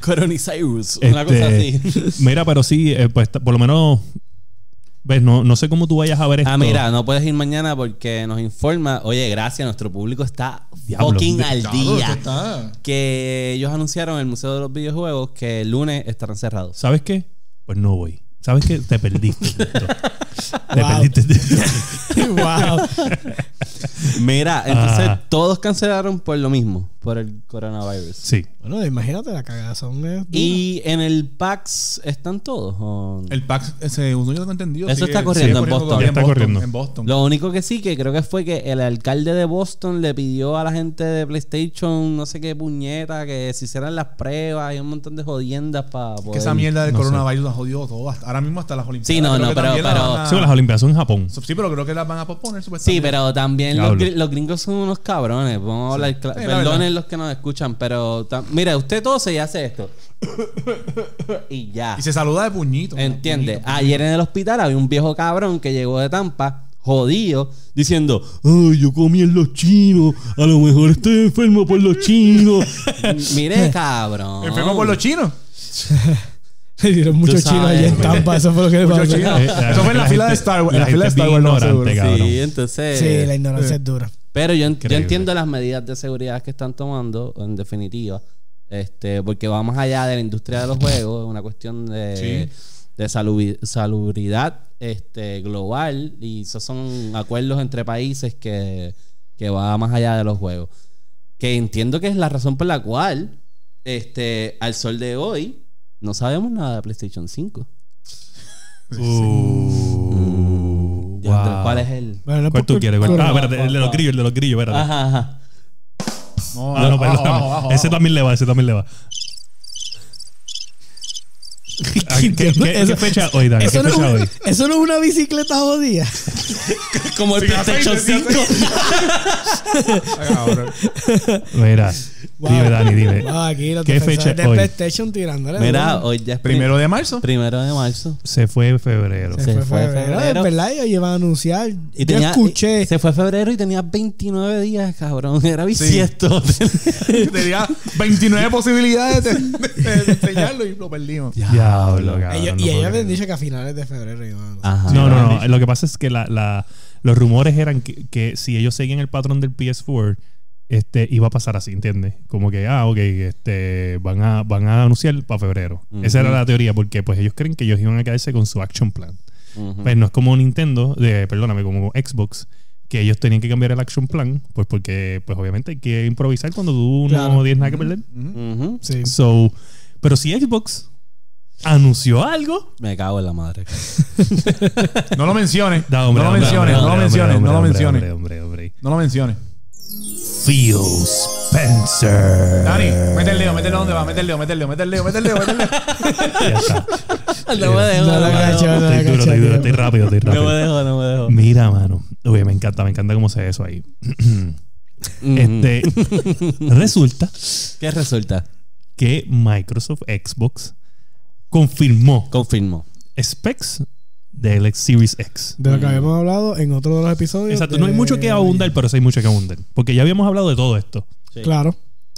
S1: Coronavirus. Una cosa así.
S3: Este, Mira, pero sí, eh, pues t- por lo menos. ¿Ves? No, no sé cómo tú vayas a ver esto.
S1: Ah, mira, no puedes ir mañana porque nos informa. Oye, gracias, nuestro público está
S3: Diablo,
S1: fucking
S3: de-
S1: al
S4: Claro,
S1: día.
S4: esto ah, está.
S1: Que ellos anunciaron en el Museo de los Videojuegos que el lunes estarán cerrados.
S3: ¿Sabes qué? Pues no voy. ¿Sabes qué? Te perdiste. Ernesto. Te
S2: Wow.
S3: perdiste.
S2: wow.
S1: Mira, entonces
S3: Ah.
S1: todos cancelaron por lo mismo, por el coronavirus.
S3: Sí.
S2: Bueno, imagínate la eh, cagazón. es dura.
S1: Y en el PAX están todos. ¿o?
S4: El pack, ese uno yo tengo entendido.
S1: Eso
S4: sigue-
S1: está corriendo
S4: sigue
S1: en Boston.
S4: todavía
S3: Está corriendo.
S4: En Boston.
S1: Lo único que sí que creo que fue que el alcalde de Boston le pidió a la gente de PlayStation, no sé qué puñeta, que se hicieran las pruebas y un montón de jodiendas para
S4: Que esa mierda del
S3: No sé.
S4: coronavirus la jodió todo. hasta- ahora mismo hasta las Olimpiadas.
S1: Sí, no,
S4: Creo
S1: no,
S4: que
S1: pero-
S4: también
S1: pero-
S4: las van a-
S3: Sí, las Olimpiadas son en Japón.
S4: Sí, pero creo que las van a posponer,
S1: Sí,
S4: supuestamente.
S1: pero también los,
S3: Diablo.
S1: gri- los gringos son unos cabrones. Vamos a hablar cla-
S4: Sí, la verdad.
S1: Perdonen los que nos escuchan, pero tam- mira, usted tose y hace esto. y ya.
S4: Y se saluda de puñito.
S1: ¿Entiende? Ayer en el hospital había un viejo cabrón que llegó de Tampa, jodido, diciendo: Ay, yo comí en los chinos. A lo mejor estoy enfermo por los chinos. M- Mire, cabrón.
S4: Enfermo por los chinos.
S2: Le dieron muchos
S1: Tú
S2: chinos
S1: sabes, pues.
S2: allá en
S1: mira.
S2: Tampa. Eso fue lo que le
S4: Mucho
S2: pasó.
S4: chino.
S3: Eh, la
S4: Eso fue en la
S3: gente-
S4: fila de Star Wars. En la
S3: la
S4: fila de
S3: gente
S4: Star Wars no
S3: ignorante,
S4: seguro.
S3: cabrón.
S1: Sí, entonces.
S2: Sí, la ignorancia es dura.
S1: Pero yo, en- yo
S3: Increíble.
S1: entiendo las medidas de seguridad que están tomando, en definitiva, este, porque va más allá de la industria de los juegos, es una cuestión de, de salubi- salubridad este, global y esos son acuerdos entre países que, que va más allá de los juegos. Que entiendo que es la razón por la cual, este, al sol de hoy, no sabemos nada de PlayStation 5.
S3: Uh,
S1: Ya, Andrés,
S3: wow.
S1: ¿Cuál es el...?
S2: Bueno, no es
S3: ¿Cuál tú
S2: por-
S3: quieres?
S2: por-
S3: ¿Cuál? Ah, espérate, el de los grillos, el de los grillos, espérate.
S1: Ajá, ajá.
S4: No,
S3: Ah, no, perdón. ese también le va, ese también le va. Ah, ¿Qué, qué- qué
S2: Eso-
S3: fecha hoy, Dan? ¿Qué
S2: Eso no, es
S3: fecha
S2: una,
S3: hoy?
S2: eso no es una bicicleta jodida.
S1: Como el PlayStation 5.
S3: Mira, dime, Dani, dime.
S2: Ah, aquí los
S3: ¿Qué
S2: defensores
S3: fecha
S2: de
S3: es hoy?
S2: PlayStation tirándole.
S1: Mira,
S2: duro.
S1: hoy ya es
S4: Primero de marzo.
S1: Primero de marzo.
S3: Se fue en febrero.
S2: se, fue febrero.
S1: febrero.
S2: Es verdad, ellos llevan a anunciar.
S1: Y
S2: yo
S1: tenía-
S2: escuché.
S1: y- Se fue febrero y tenía 29 días, cabrón. Era bisiesto.
S4: Tenía 29 posibilidades de, de- de enseñarlo y lo perdimos.
S3: Diablo,
S2: ellos-
S3: cabrón. no Ah.
S2: y
S3: puedo
S2: ellos habían
S3: creer.
S2: dicho que a finales de febrero iban a anunciar.
S1: Ajá.
S3: No, no, no. Lo que pasa es que la, la- los rumores eran que, que si ellos seguían el patrón del PS4, este, iba a pasar así, ¿entiendes? Como que, ah, ok, este, van, a, van a anunciar para febrero. Esa era
S1: Ujú.
S3: la teoría, porque pues ellos creen que ellos iban a quedarse con su action plan.
S1: Ujú.
S3: Pues no es como Nintendo, de, perdóname, como Xbox, que ellos tenían que cambiar el action plan, pues porque, pues obviamente hay que improvisar cuando tú
S2: Claro.
S3: no tienes nada que perder.
S1: Ujú.
S2: Sí.
S3: So, pero si Xbox anunció algo,
S1: Me cago en la madre. cabrón.
S4: No lo menciones.
S3: Da, hombre,
S4: no lo
S3: hombre, hombre,
S4: menciones. No lo
S3: hombre,
S4: menciones.
S3: hombre,
S4: No lo
S3: hombre,
S4: menciones.
S3: hombre, hombre, hombre.
S4: No lo menciones.
S3: Phil Spencer.
S4: Dani,
S2: Eh.
S4: mete el dedo, mete el dedo donde va, mete el dedo, mete el dedo, mete el dedo, mete el dedo, mete el dedo.
S3: Ya está.
S1: Ah, No me dejo.
S2: No
S1: No,
S2: la
S1: me
S2: cacho,
S1: dejo.
S2: no la
S3: Estoy duro,
S2: cacho.
S3: estoy duro, estoy rápido, estoy
S1: No me
S3: rápido.
S1: dejo, no me dejo.
S3: Mira, mano. Uy, me encanta, me encanta cómo se ve eso ahí.
S1: Ujú.
S3: Este, resulta
S1: ¿Qué resulta?
S3: que Microsoft Xbox confirmó
S1: Confirmo.
S3: specs del X Series X.
S2: De lo que habíamos hablado en otro de los episodios.
S3: Mm.
S2: eh,
S3: Exacto, no hay
S2: de-
S3: mucho que abundar, pero sí hay mucho que abundar. Porque ya habíamos hablado de todo esto.
S2: Claro.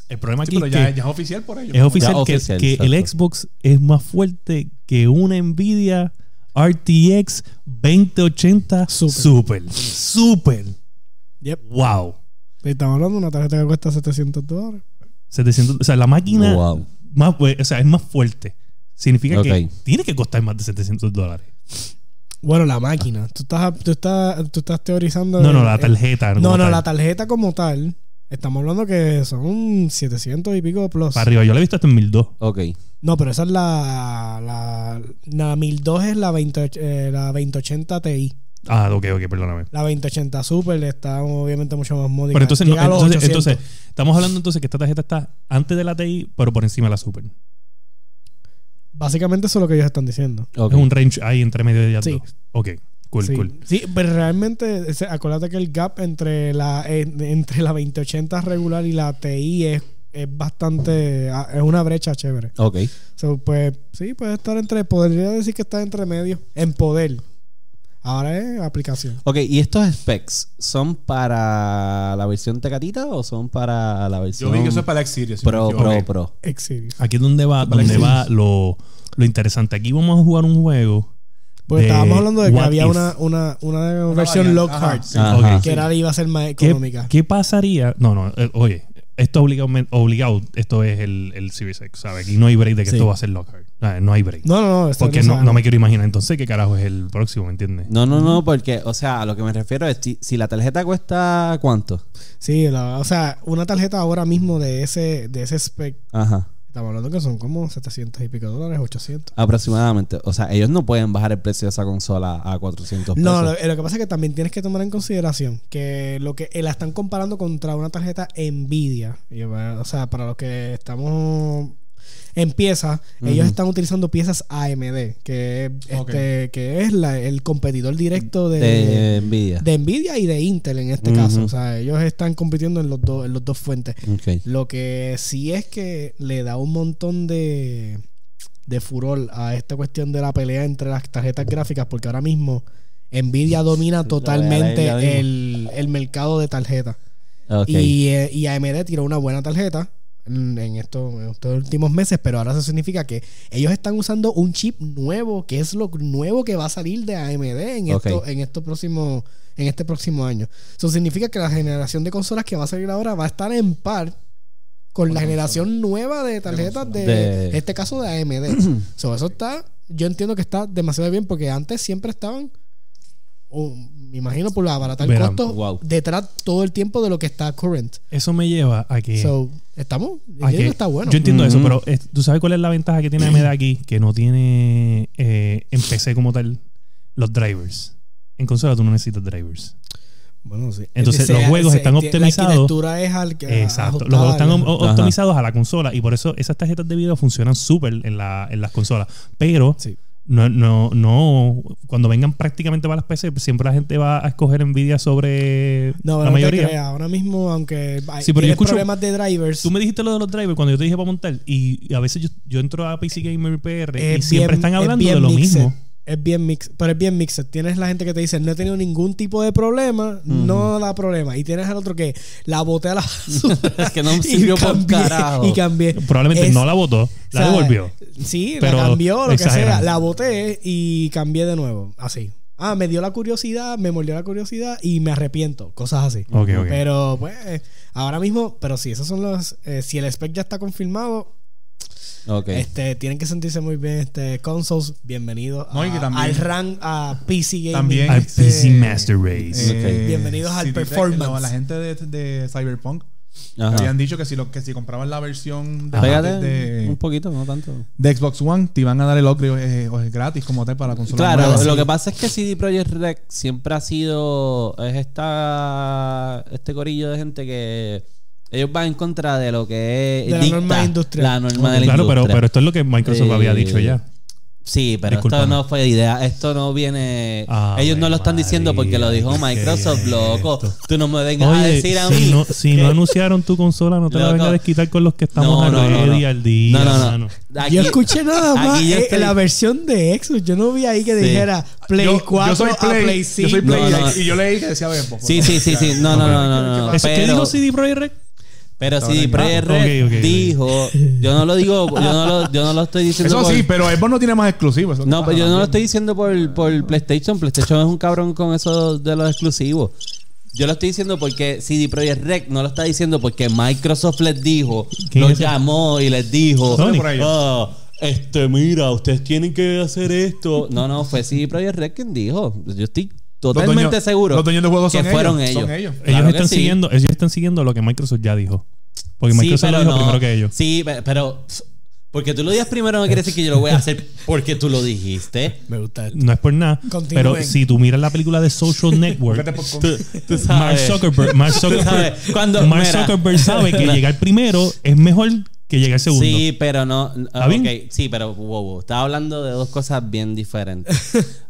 S3: El problema
S4: Sí,
S3: aquí
S4: pero
S3: es
S4: ya,
S3: que
S4: ya es oficial por ello.
S3: es oficial,
S1: Ya
S3: que,
S1: oficial,
S3: que el
S1: exacto.
S3: Xbox es más fuerte que una Nvidia RTX 2080
S2: Super.
S3: Super. Super.
S2: Yep.
S3: Wow.
S2: Estamos hablando de una tarjeta que cuesta 700 dólares.
S3: 700, o sea, la máquina
S1: Wow.
S3: más, fu- o sea, es más fuerte. Significa
S1: Ok.
S3: que tiene que costar más de 700 dólares.
S2: Bueno, la máquina. Tú estás, tú estás, tú estás teorizando.
S3: No, no,
S2: el-
S3: la
S2: el-
S3: tarjeta.
S2: eh, No,
S3: como
S2: no,
S3: tal.
S2: la tarjeta como tal. Estamos hablando que son 700 y pico plus.
S3: Para arriba, yo la he visto hasta en 1002.
S1: Ok.
S2: No, pero esa es la. La, la 1002 es la, 20, eh, la 2080 Ti.
S3: Ah, ok, ok, perdóname.
S2: La 2080 Super está obviamente mucho más módica.
S3: Pero entonces, no,
S2: Llega a los
S3: entonces,
S2: 800.
S3: entonces, estamos hablando entonces que esta tarjeta está antes de la TI, pero por encima de la Super.
S2: Básicamente eso es lo que ellos están diciendo.
S1: Ok.
S3: Es un range ahí entre medio de ellas
S2: Sí.
S3: dos. Ok, cool,
S2: sí.
S3: cool.
S2: Sí, pero realmente, ese- acuérdate que el gap entre la, en- entre la 2080 regular y la TI es, es bastante. ah, Es una brecha chévere.
S1: Ok.
S2: So, pues sí, puede estar entre. Podría decir que está entre medio. En poder. Ahora es aplicación.
S1: Ok, ¿y estos specs son para la versión Tecatita o son para la versión
S4: Yo vi que eso es para el X-Series. si no
S1: Pro,
S4: me equivoco.
S1: Pro,
S4: Ok.
S1: Pro?
S2: X-Series.
S3: Aquí es donde va,
S4: Vale,
S3: donde
S4: sí.
S3: va lo, lo interesante. Aquí vamos a jugar un juego.
S2: Porque
S3: de
S2: Pues, estábamos hablando de que
S3: what
S2: había
S3: if.
S2: una, una, una
S4: Una
S2: versión
S4: variante, ajá,
S2: Lockhart.
S4: sí.
S1: Ajá.
S3: Ok.
S2: Que era iba a ser más
S3: ¿Qué,
S2: económica.
S3: qué pasaría? No, no, eh, oye, esto obligado, obligado esto es el, el Series X, ¿sabes? Aquí no hay break de que
S2: Sí.
S3: esto va a ser Lockhart. Ah, No hay break.
S2: No, no, no. esto
S3: Porque no,
S2: sabemos.
S3: no me quiero imaginar entonces qué carajo es el próximo, ¿me entiendes?
S1: No, no, no, porque, o sea, a lo que me refiero es si, si la tarjeta cuesta cuánto.
S2: Sí, la- o sea, una tarjeta ahora mismo de ese, de ese spec.
S1: Ajá.
S2: Estamos hablando que son como 700 y pico dólares, 800.
S1: Aproximadamente. O sea, ellos no pueden bajar el precio de esa consola a 400 pesos.
S2: No, lo, eh, lo que pasa es que también tienes que tomar en consideración que lo que eh, la están comparando contra una tarjeta Nvidia. Y, bueno, o sea, para los que estamos en piezas, ellos
S1: Ujú.
S2: están utilizando piezas AMD, que, este,
S4: Ok.
S2: que es la- el competidor directo de,
S1: de Nvidia.
S2: eh, de Nvidia y de Intel en este
S1: Ujú.
S2: caso. O sea, ellos están compitiendo en los dos, en los dos fuentes.
S1: Ok.
S2: Lo que sí es que le da un montón de, de furor a esta cuestión de la pelea entre las tarjetas gráficas, porque ahora mismo Nvidia domina
S1: Sí,
S2: totalmente
S1: la verdad, ella
S2: el, el mercado de tarjetas.
S1: Ok.
S2: Y, eh, y AMD tiró una buena tarjeta. en en estos, en estos últimos meses, pero ahora eso significa que ellos están usando un chip nuevo, que es lo nuevo que va a salir de AMD en,
S1: Ok.
S2: esto, en, esto próximo, en este próximo año. Eso significa que la generación de consolas que va a salir ahora va a estar en par con la generación nueva de tarjetas de,
S1: De-
S2: en este caso de AMD. so, eso está, yo entiendo que está demasiado bien porque antes siempre estaban o me imagino por abaratar
S3: Verán,
S2: costos
S1: wow.
S2: detrás todo el tiempo de lo que está current.
S3: Eso me lleva a que.
S2: So, estamos, yo
S3: a
S2: digo
S3: que-
S2: que está bueno.
S3: Yo entiendo eso,
S1: Ujú.
S3: pero es- tú sabes cuál es la ventaja que tiene AMD aquí, que no tiene eh, en PC como tal los drivers. En consola tú no necesitas drivers.
S2: Bueno, sí.
S3: Entonces, los juegos están optimizados.
S2: La arquitectura es al que
S3: Exacto.
S2: ajustada,
S3: Los juegos están
S2: ¿no?
S3: o-
S1: Ajá.
S3: optimizados a la consola y por eso esas tarjetas de video funcionan súper en, la, en las consolas. Pero
S2: Sí.
S3: no, no, no, cuando vengan prácticamente para las PC, pues siempre la gente va a escoger Nvidia sobre
S2: No,
S3: la mayoría.
S2: Ahora mismo, aunque hay
S3: Sí, pero yo
S2: tienes
S3: escucho-
S2: problemas de drivers,
S3: Tú me dijiste lo de los drivers cuando yo te dije para montar y a veces yo, yo entro a PC Gamer PR y
S2: es
S3: siempre
S2: bien-
S3: están
S2: es
S3: hablando
S2: bien
S3: de lo
S2: mixed.
S3: mismo.
S2: Es bien mix, pero es bien mixed. Tienes la gente que te dice, no he tenido ningún tipo de problema, no da problema. Y tienes al otro que la boté a la basura
S1: Es que no
S2: y
S1: sirvió por
S2: cambié,
S1: carajo.
S2: Y cambié.
S3: Probablemente
S2: Es-
S3: no la votó, la
S2: O sea,
S3: devolvió.
S2: Sí,
S3: Pero
S2: la cambió, lo que sea.
S3: exageran.
S2: La boté y cambié de nuevo. Así. Ah, me dio la curiosidad, me mordió la curiosidad y me arrepiento. Cosas así.
S3: Ok, ok.
S2: Pero, pues, ahora mismo, pero sí, esos son los. eh, si el spec ya está confirmado,
S1: Ok.
S2: este, tienen que sentirse muy bien. Este, consoles, bienvenidos
S4: No,
S2: a-
S4: y que también-
S2: al rank, a PC Gaming.
S4: También-
S3: Al
S4: este-
S3: PC Master Race.
S4: Eh,
S1: Ok.
S2: Bienvenidos al performance.
S4: no, la gente de, de Cyberpunk
S1: Ajá.
S4: habían dicho que si, lo, que si compraban la versión de,
S1: Pégate
S4: de-
S1: un poquito, no tanto.
S4: de Xbox One, te iban a dar el upgrade eh, o es gratis como tal para la consola.
S1: Claro,
S4: nueva.
S1: lo que pasa es que CD Projekt Red siempre ha sido es esta este corillo de gente que ellos van en contra de lo que es
S2: De la
S1: dicta
S2: norma industrial.
S1: la norma de la
S3: Claro, pero,
S1: eh, industria.
S3: pero esto es lo que Microsoft
S1: Eh,
S3: había dicho ya.
S1: sí, pero esto
S3: Discúlpame.
S1: no fue idea, esto no viene
S3: Ah,
S1: ellos no
S3: Ave
S1: lo están diciendo porque lo
S3: María,
S1: dijo
S3: ¿qué
S1: Microsoft,
S3: es
S1: loco.
S3: esto?
S1: Tú no me vengas a
S3: Oye,
S1: decir a
S3: si,
S1: mí.
S3: no, si
S1: que-
S3: no anunciaron tu consola, no te la
S1: Loco.
S3: vengas a desquitar con los que estamos a ready al día.
S1: No, no, no.
S3: mano.
S1: Aquí-
S2: yo escuché nada más
S1: aquí yo
S2: eh,
S1: estoy-
S2: la versión de Xbox. Yo no vi ahí que
S1: Sí.
S2: dijera Play
S4: yo,
S2: 4
S4: yo soy Play,
S2: a Play
S4: Yo
S2: 5.
S4: soy Play
S1: No, no.
S4: y yo leí que decía Xbox. pues.
S1: Sí, sí, sí, sí. No, no, no, no, no. no.
S3: ¿Eso qué
S1: Pero-
S3: dijo CD Projekt Red?
S1: Pero
S4: Ahora
S1: si
S4: en
S1: Projekt
S3: Apple.
S1: Red
S3: Ok, ok, ok.
S1: dijo, yo no lo digo, yo no lo, yo no lo estoy diciendo.
S4: Eso
S1: por-
S4: sí, pero Xbox no tiene más exclusivos.
S1: No, pero yo no lo estoy diciendo por, por PlayStation. PlayStation es un cabrón con eso de los exclusivos. Yo lo estoy diciendo porque CD Projekt Red no lo está diciendo porque Microsoft les dijo,
S3: ¿Quién
S1: los
S3: es ese?
S1: llamó y les dijo,
S3: Sony.
S4: Por ahí.
S1: "Ah, este, mira, ustedes tienen que hacer esto. No, no, fue CD Projekt Red quien dijo. Yo estoy totalmente
S4: dueños-
S1: seguro
S4: los dueños de juegos
S1: que
S4: son
S1: fueron
S4: ellos,
S1: ellos.
S4: son ellos.
S1: Claro
S3: ellos
S1: que
S3: están
S1: sí.
S3: siguiendo, ellos están siguiendo lo que Microsoft ya dijo. Porque
S1: Sí,
S3: Microsoft lo
S1: pero
S3: dijo
S1: no.
S3: primero que ellos.
S1: Sí, pe- pero pff, porque tú lo digas primero no quiere decir que yo lo voy a hacer porque tú lo dijiste.
S2: Me gusta esto.
S3: No es por nada,
S2: Continúen.
S3: pero si tú miras la película de Social
S4: Vete
S3: Network,
S4: por con-
S1: Tú, tú
S3: Mark
S1: sabes.
S3: Zuckerberg, Mark
S1: sabes,
S3: Zuckerberg,
S1: cuando-
S3: Mark
S1: mira.
S3: Zuckerberg sabe que llegar primero es mejor que llegar segundo.
S1: Sí, pero no.
S3: este ¿Está bien?
S1: ok, sí, pero wow, wow, estaba hablando de dos cosas bien diferentes.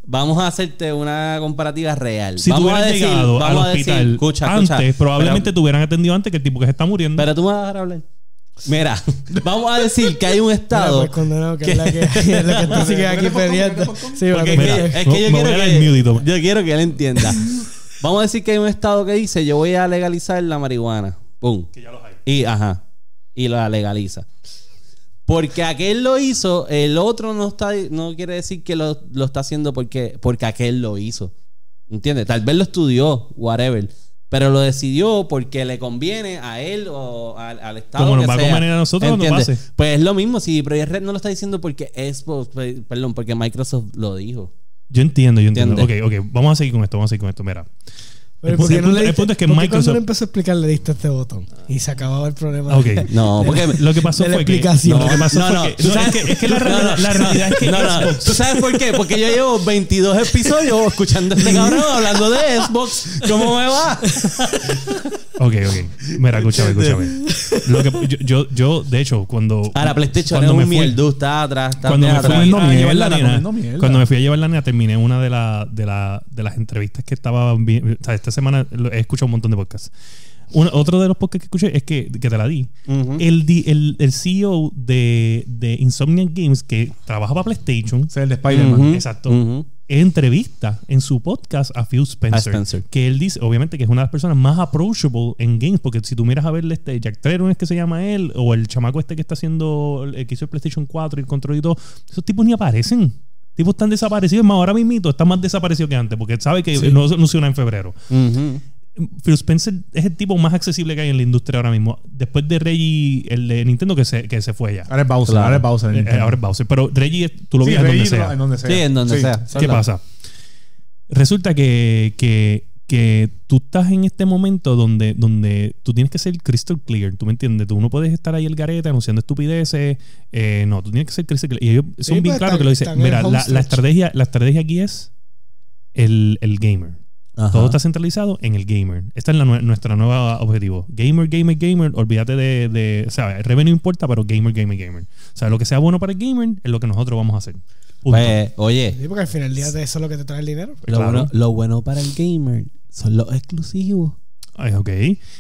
S1: Vamos a hacerte una comparativa real.
S3: si tú
S1: vamos a
S3: hubieras
S1: decir,
S3: llegado al
S1: vamos a decir-
S3: hospital
S1: escucha,
S3: antes,
S1: escucha,
S3: probablemente
S1: pero-
S3: te hubieran atendido antes que el tipo que se está muriendo.
S1: Pero tú me vas a dejar hablar. Mira, vamos a decir que hay un
S2: Mira,
S1: estado.
S2: pues, condenado, que es la que, es la que tú sigues aquí peleando. Sí,
S1: Porque es
S2: porque-
S1: que
S3: Mira,
S1: yo- es que yo
S3: me voy a
S1: quiero
S3: dar el mute y todo.
S1: que, yo quiero que él entienda. Vamos a decir que hay un estado que dice yo voy a legalizar la marihuana. Pum.
S3: ya los hay.
S1: Y ajá. Y la legaliza. Porque aquel lo hizo, el otro no está, no quiere decir que lo, lo está haciendo porque, porque aquel lo hizo. ¿Entiendes? Tal vez lo estudió, whatever. Pero lo decidió porque le conviene a él o al, al Estado.
S3: Como nos
S1: que
S3: va a
S1: sea.
S3: convenir a nosotros cuando
S1: ¿Entiendes?
S3: pase.
S1: Pues es lo mismo. Si Project Red no lo está diciendo porque Xbox, pe- perdón, porque Microsoft lo dijo.
S3: Yo entiendo, yo entiendo.
S1: ¿Entiendes?
S3: Ok, ok, vamos a seguir con esto, vamos a seguir con esto. Mira,
S2: Pero
S3: El
S2: ¿por
S3: pu-
S2: qué
S3: el
S2: no
S3: punto-
S2: le
S3: el
S2: diste-
S3: punto es que
S2: ¿por qué
S3: Microsoft-
S2: cuando le empezó a explicar le diste este botón y se acababa el problema.
S3: ok.
S1: No, porque
S3: Lo que pasó
S2: de la
S3: fue que.
S2: explicación.
S3: Lo que pasó
S1: No, no,
S3: fue que.
S1: tú
S3: no,
S1: sabes-
S3: es que, es que la, realidad- la realidad es que.
S1: No, no,
S3: Xbox-
S1: ¿Tú sabes por qué? Porque yo llevo 22 episodios escuchando a este cabrón hablando de Xbox. ¿Cómo me va?
S3: Ok, ok. Mira, escúchame, escúchame. Lo que, yo, yo, yo, de hecho, cuando.
S1: Ahora, PlayStation es
S3: cuando
S1: un
S3: me fui-
S1: mierdu, está atrás, está
S3: Cuando
S1: bien
S3: me, fui
S1: atrás.
S4: comiendo
S3: a llevar
S4: mierda,
S3: la nena,
S4: comiendo mierda.
S3: cuando me fui a llevar la nena, terminé una de, la, de, la, de las entrevistas que estaba. vi- O sea, esta semana lo- he escuchado un montón de podcasts. Uno- otro de los podcasts que escuché es que, que te la di.
S1: Ujú.
S3: el, di- el, el E CEO de, de Insomniac Games, que trabaja para PlayStation,
S4: Es el de Spider-Man.
S1: Ujú.
S3: Exacto.
S1: Ujú.
S3: entrevista en su podcast a Phil Spencer,
S1: Spencer.
S3: Que él dice, obviamente, que es una de las personas más approachable en games. Porque si tú miras a verle este Jack Tretton es que se llama él, o el chamaco este que está haciendo, el que hizo el PlayStation 4 y el control y todo, esos tipos ni aparecen. Tipos están desaparecidos. Es Más ahora mismito está más desaparecido que antes, porque él sabe que no no se una en febrero.
S1: Ujú.
S3: Phil Spencer es el tipo más accesible que hay en la industria ahora mismo. Después de Reggie, el de Nintendo, que se, que se fue ya.
S4: Ahora es Bowser,
S1: Claro.
S4: ahora es Bowser. en
S3: Eh,
S4: Ah, Nintendo.
S3: ahora es Bowser. Pero Reggie, tú lo
S4: Sí,
S3: veías
S4: Reggie
S3: donde sea.
S4: en donde sea.
S1: Sí, en donde sea.
S3: ¿Qué
S1: Hola.
S3: pasa? Resulta que, que, que tú estás en este momento donde, donde tú tienes que ser crystal clear, ¿tú me entiendes? Tú no puedes estar ahí el garete anunciando estupideces. eh, no, tú tienes que ser crystal clear. Y ellos son
S2: Sí,
S3: bien
S2: pues,
S3: claros
S2: están-
S3: que lo dicen.
S2: están en
S3: Mira,
S2: home
S3: la, la
S2: stretch.
S3: estrategia, la estrategia aquí es el, el gamer.
S1: Ajá.
S3: Todo está centralizado en el gamer. Esta es la nue- nuestra nueva objetivo. Gamer, gamer, gamer. Olvídate de, de o sea, el revenue importa, pero gamer, gamer, gamer. O sea, lo que sea bueno para el gamer es lo que nosotros vamos a hacer. Punto.
S1: Pues, oye,
S2: Sí, porque al final del día de eso es lo que te trae el dinero.
S1: lo,
S3: Claro.
S1: bueno, lo bueno para el gamer son los exclusivos.
S3: Ay, ok.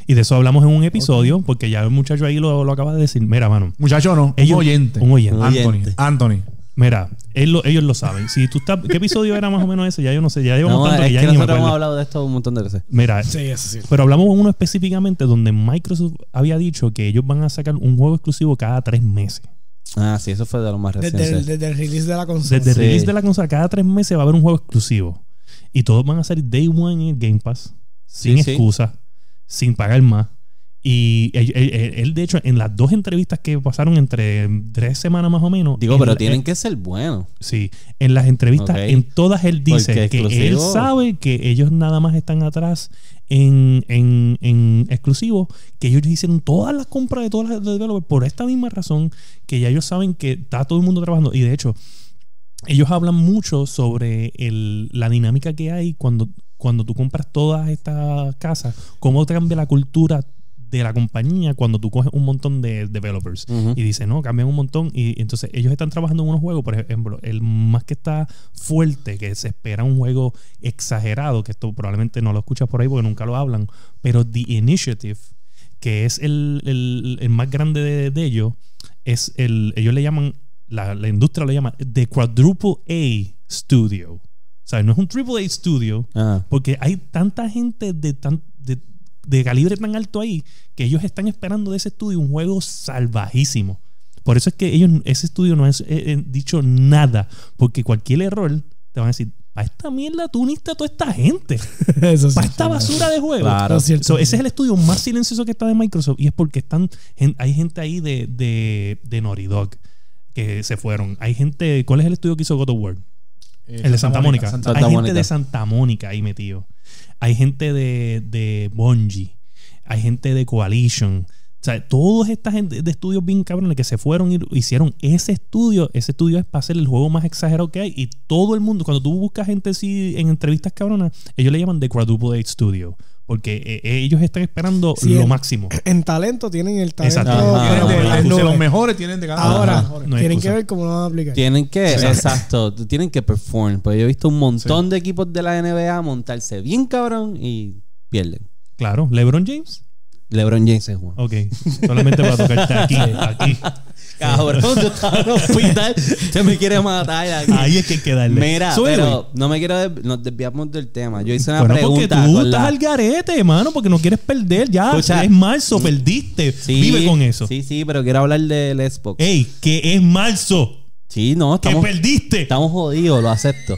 S3: Y de eso hablamos en un episodio, porque ya el muchacho ahí lo, lo acaba de decir. Mira, mano.
S4: Muchacho, no.
S3: Ellos-
S4: un oyente. Ah.
S3: un oyente.
S4: Anthony.
S1: Oyente.
S4: Anthony.
S3: Mira, él lo- ellos lo saben. Si tú estás, ¿Qué episodio era más o menos ese? Ya yo no sé. Ya llevamos
S1: No,
S3: tanto
S1: es
S3: que ya
S1: que
S3: ni me
S1: nosotros hemos
S3: acuerdo.
S1: hablado de esto un montón de veces.
S3: Mira,
S2: Sí, eso sí.
S3: pero hablamos uno específicamente donde Microsoft había dicho que ellos van a sacar un juego exclusivo cada tres meses.
S1: Ah, sí, eso fue de lo más reciente.
S2: Desde el, desde el release de la consola.
S3: Desde el
S1: Sí.
S3: release de la consola, cada tres meses va a haber un juego exclusivo. Y todos van a salir day one en el Game Pass. Sin
S1: Sí, sí.
S3: excusa. Sin pagar más. Y él, él- él- él, de hecho, en las dos entrevistas que pasaron entre tres semanas más o menos.
S1: Digo,
S3: en
S1: pero
S3: la-
S1: tienen
S3: en-
S1: que ser buenos.
S3: Sí. En las entrevistas,
S1: Ok.
S3: en todas él dice
S1: Porque
S3: que él
S1: exclusivo.
S3: sabe que ellos nada más están atrás en, en, en exclusivo, que ellos hicieron todas las compras de todas las de developers por esta misma razón, que ya ellos saben que está todo el mundo trabajando. Y de hecho, ellos hablan mucho sobre el- la dinámica que hay cuando, cuando tú compras todas estas casas, cómo te cambia la cultura de la compañía cuando tú coges un montón de developers
S1: Ujú.
S3: y dice, no, cambian un montón. Y entonces ellos están trabajando en unos juegos, por ejemplo, el más que está fuerte, que se espera un juego exagerado, que esto probablemente no lo escuchas por ahí porque nunca lo hablan, pero The Initiative, que es el, el- el más grande de, de ellos, es el, ellos le llaman, la, la industria lo llama The Quadruple A Studio. O sea, no es un Triple A Studio,
S1: Ah,
S3: porque hay tanta gente de, tan, de, de calibre tan alto ahí que ellos están esperando de ese estudio un juego salvajísimo. Por eso es que ellos, ese estudio no ha dicho nada, porque cualquier error te van a decir, para esta mierda tú uniste a toda esta gente,
S2: eso sí.
S3: para esta basura de juego.
S1: Claro.
S2: Eso es cierto.
S3: So, ese es el estudio más silencioso que está de Microsoft y es porque están gen- hay gente ahí de, de, de Naughty Dog que se fueron. Hay gente, ¿cuál es el estudio que hizo God of War?
S4: Eh,
S3: El de Santa Mónica.
S4: Santa-
S1: Santa
S3: Hay gente
S1: Mónica.
S3: de Santa Mónica ahí metido. Hay gente de, de Bungie. Hay gente de Coalition. O sea, todas estas gente de estudios bien cabrones que se fueron y hicieron ese estudio. Ese estudio es para hacer el juego más exagerado que hay. Y todo el mundo, cuando tú buscas gente así en entrevistas cabronas, ellos le llaman The Quadruple A Studio. Porque eh, ellos están esperando
S2: Sí,
S3: lo
S2: el-
S3: máximo.
S2: En talento tienen el talento.
S3: Exacto.
S1: Ajá.
S2: tienen
S4: Tienen
S2: de-
S3: Ah,
S4: de-
S2: de-
S4: de- de
S2: nubes.
S4: los mejores tienen de cada
S2: Ahora,
S4: Ajá.
S3: No hay
S2: tienen
S3: excusa.
S2: que ver cómo lo van a aplicar.
S1: tienen que, exacto, tienen que perform. Porque yo he visto un montón de equipos de la NBA montarse bien cabrón y pierden.
S3: Claro, LeBron James.
S1: LeBron James es uno.
S3: Ok, solamente para tocarte aquí, aquí.
S1: Cabrón, tú estás en el hospital, te me quiere matar aquí.
S3: Ahí es que hay que darle.
S1: Mira,
S3: Soy güey.
S1: pero no me quiero des- nos desviamos del tema. Yo hice una
S3: Bueno, porque
S1: pregunta.
S3: tú
S1: con
S3: estás
S1: la-
S3: al garete, hermano, porque no quieres perder. Ya,
S1: Escucha.
S3: es marzo, perdiste.
S1: mm, Sí,
S3: Vive con eso. Eh,
S1: Sí, sí, pero quiero hablar del Xbox.
S3: Ey, que es marzo,
S1: Sí, no,
S3: que
S1: estamos,
S3: perdiste.
S1: estamos jodidos, lo acepto.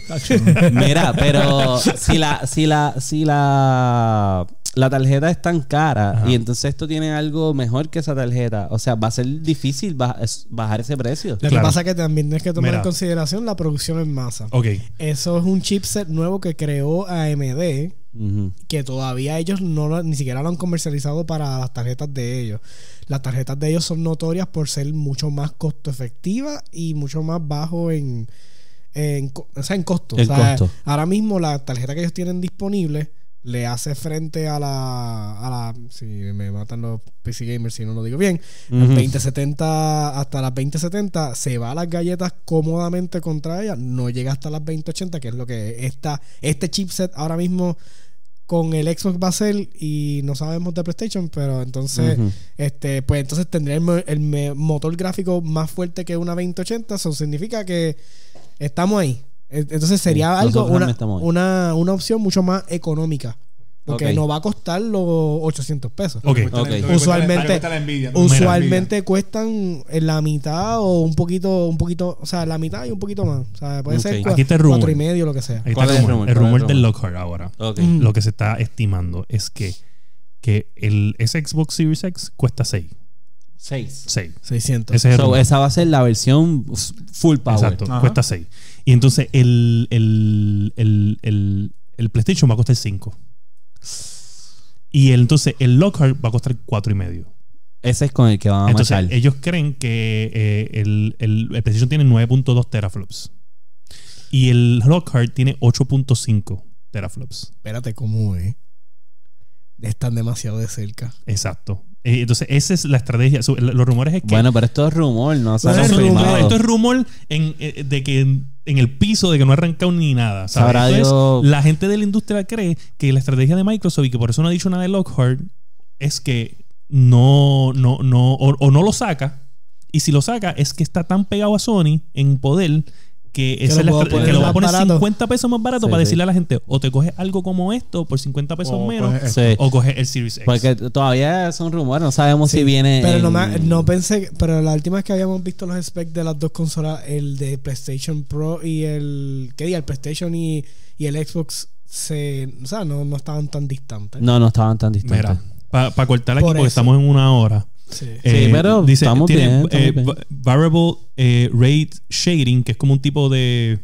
S1: Mira, pero si la, si la, si la, la tarjeta es tan cara y entonces esto tiene algo mejor que esa tarjeta, o sea, va a ser difícil baj- es- bajar ese precio.
S2: Lo
S3: Claro.
S2: que pasa es que también tienes que tomar
S3: Mira. Oh.
S2: en consideración la producción en masa.
S3: Ok,
S2: Eso es un chipset nuevo que creó AMD
S1: Ujú.
S2: que todavía ellos no lo- ni siquiera lo han comercializado para las tarjetas de ellos. Las tarjetas de ellos son notorias por ser mucho más costo efectivas y mucho más bajo en, en, co- o sea, en costo. O
S1: El
S2: sea,
S1: costo.
S2: Ahora mismo la tarjeta que ellos tienen disponible le hace frente a la, a la si me matan los PC gamers si no lo digo bien,
S1: Ujú.
S2: 2070 hasta las 2070 se va a las galletas cómodamente contra ella, no llega hasta las 2080, que es lo que está este chipset ahora mismo con el Xbox va a ser y no sabemos de PlayStation, pero entonces
S1: Ujú.
S2: este pues entonces tendría el, mo- el me- motor gráfico más fuerte que una 2080, eso significa que estamos ahí. Eh, Entonces sería
S1: Sí,
S2: algo,
S1: nosotros no
S2: una,
S1: estamos ahí.
S2: una, una opción mucho más económica. Porque
S1: Ok.
S2: no va a costar los 800 pesos.
S3: Ok.
S1: Ok.
S2: Usualmente,
S4: Usualmente.
S2: usualmente cuestan en la mitad o un poquito, un poquito, o sea, la mitad y un poquito más. O sea, puede
S1: Ok.
S2: ser cua-
S3: Aquí está el rumor.
S2: cuatro y medio, lo que sea.
S3: Ahí está
S1: ¿Cuál
S3: el
S1: es el
S3: rumor.
S1: rumor?
S3: El
S1: ¿Cuál es el
S3: rumor del
S1: rumor?
S3: Lockhart ahora.
S1: Ok.
S2: Mm.
S3: Lo que se está estimando es que, que el, ese Xbox Series X cuesta 6.
S1: Seis.
S3: 6.
S2: 600.
S3: Ese es el
S1: So,
S3: rumor.
S1: esa va a ser la versión f- full power.
S3: Exacto,
S4: Ajá.
S3: cuesta 6. Y entonces el, el, el, el, el PlayStation va a costar 5. Y el- entonces el Lockhart va a costar 4 y medio.
S1: Ese es con el que van a
S3: Entonces eh,
S1: marchar.
S3: ellos creen que eh, el, el, el PlayStation tiene 9.2 teraflops. Y el Lockhart tiene 8.5 teraflops.
S2: Espérate, ¿cómo es? Están demasiado de cerca.
S3: Exacto. Eh, Entonces, esa es la estrategia. So, la- Los rumores es que.
S1: Bueno, pero esto es rumor, no se ha
S3: Esto es rumor.
S1: confirmado.
S3: esto es rumor en, eh, de que en, en el piso de que no ha arrancado ni nada. ¿sabes?
S1: Sabrá
S3: Entonces,
S1: Dios.
S3: la gente de la industria cree que la estrategia de Microsoft y que por eso no ha dicho nada de Lockhart es que no, no, no, o, o no lo saca. Y si lo saca, es que está tan pegado a Sony en poder que, esa
S2: lo
S3: es la
S2: puedo
S3: estra-
S2: poner
S3: que lo va
S2: más
S3: a poner
S2: barato.
S3: 50 pesos más barato
S1: Sí,
S3: para
S1: sí.
S3: decirle a la gente, o te coges algo como esto por 50 pesos
S4: O
S3: menos,
S4: coges-
S1: Sí,
S3: o coges el Series X.
S1: porque todavía son rumores, no sabemos
S2: Sí,
S1: si viene.
S2: Pero no, me-
S1: en-
S2: no pensé, que- pero la última vez que habíamos visto los specs de las dos consolas, el de PlayStation Pro y el. ¿Qué día? El PlayStation y, y el Xbox, se, o sea, no, no estaban tan distantes.
S1: No, no estaban tan distantes.
S3: Mira, para cortar aquí
S2: Por
S3: porque
S2: eso.
S3: estamos en una hora.
S2: Sí.
S1: Sí, pero estamos bien, estamos
S3: eh,
S1: bien.
S3: va- Variable eh, Rate Shading, que es como un tipo de.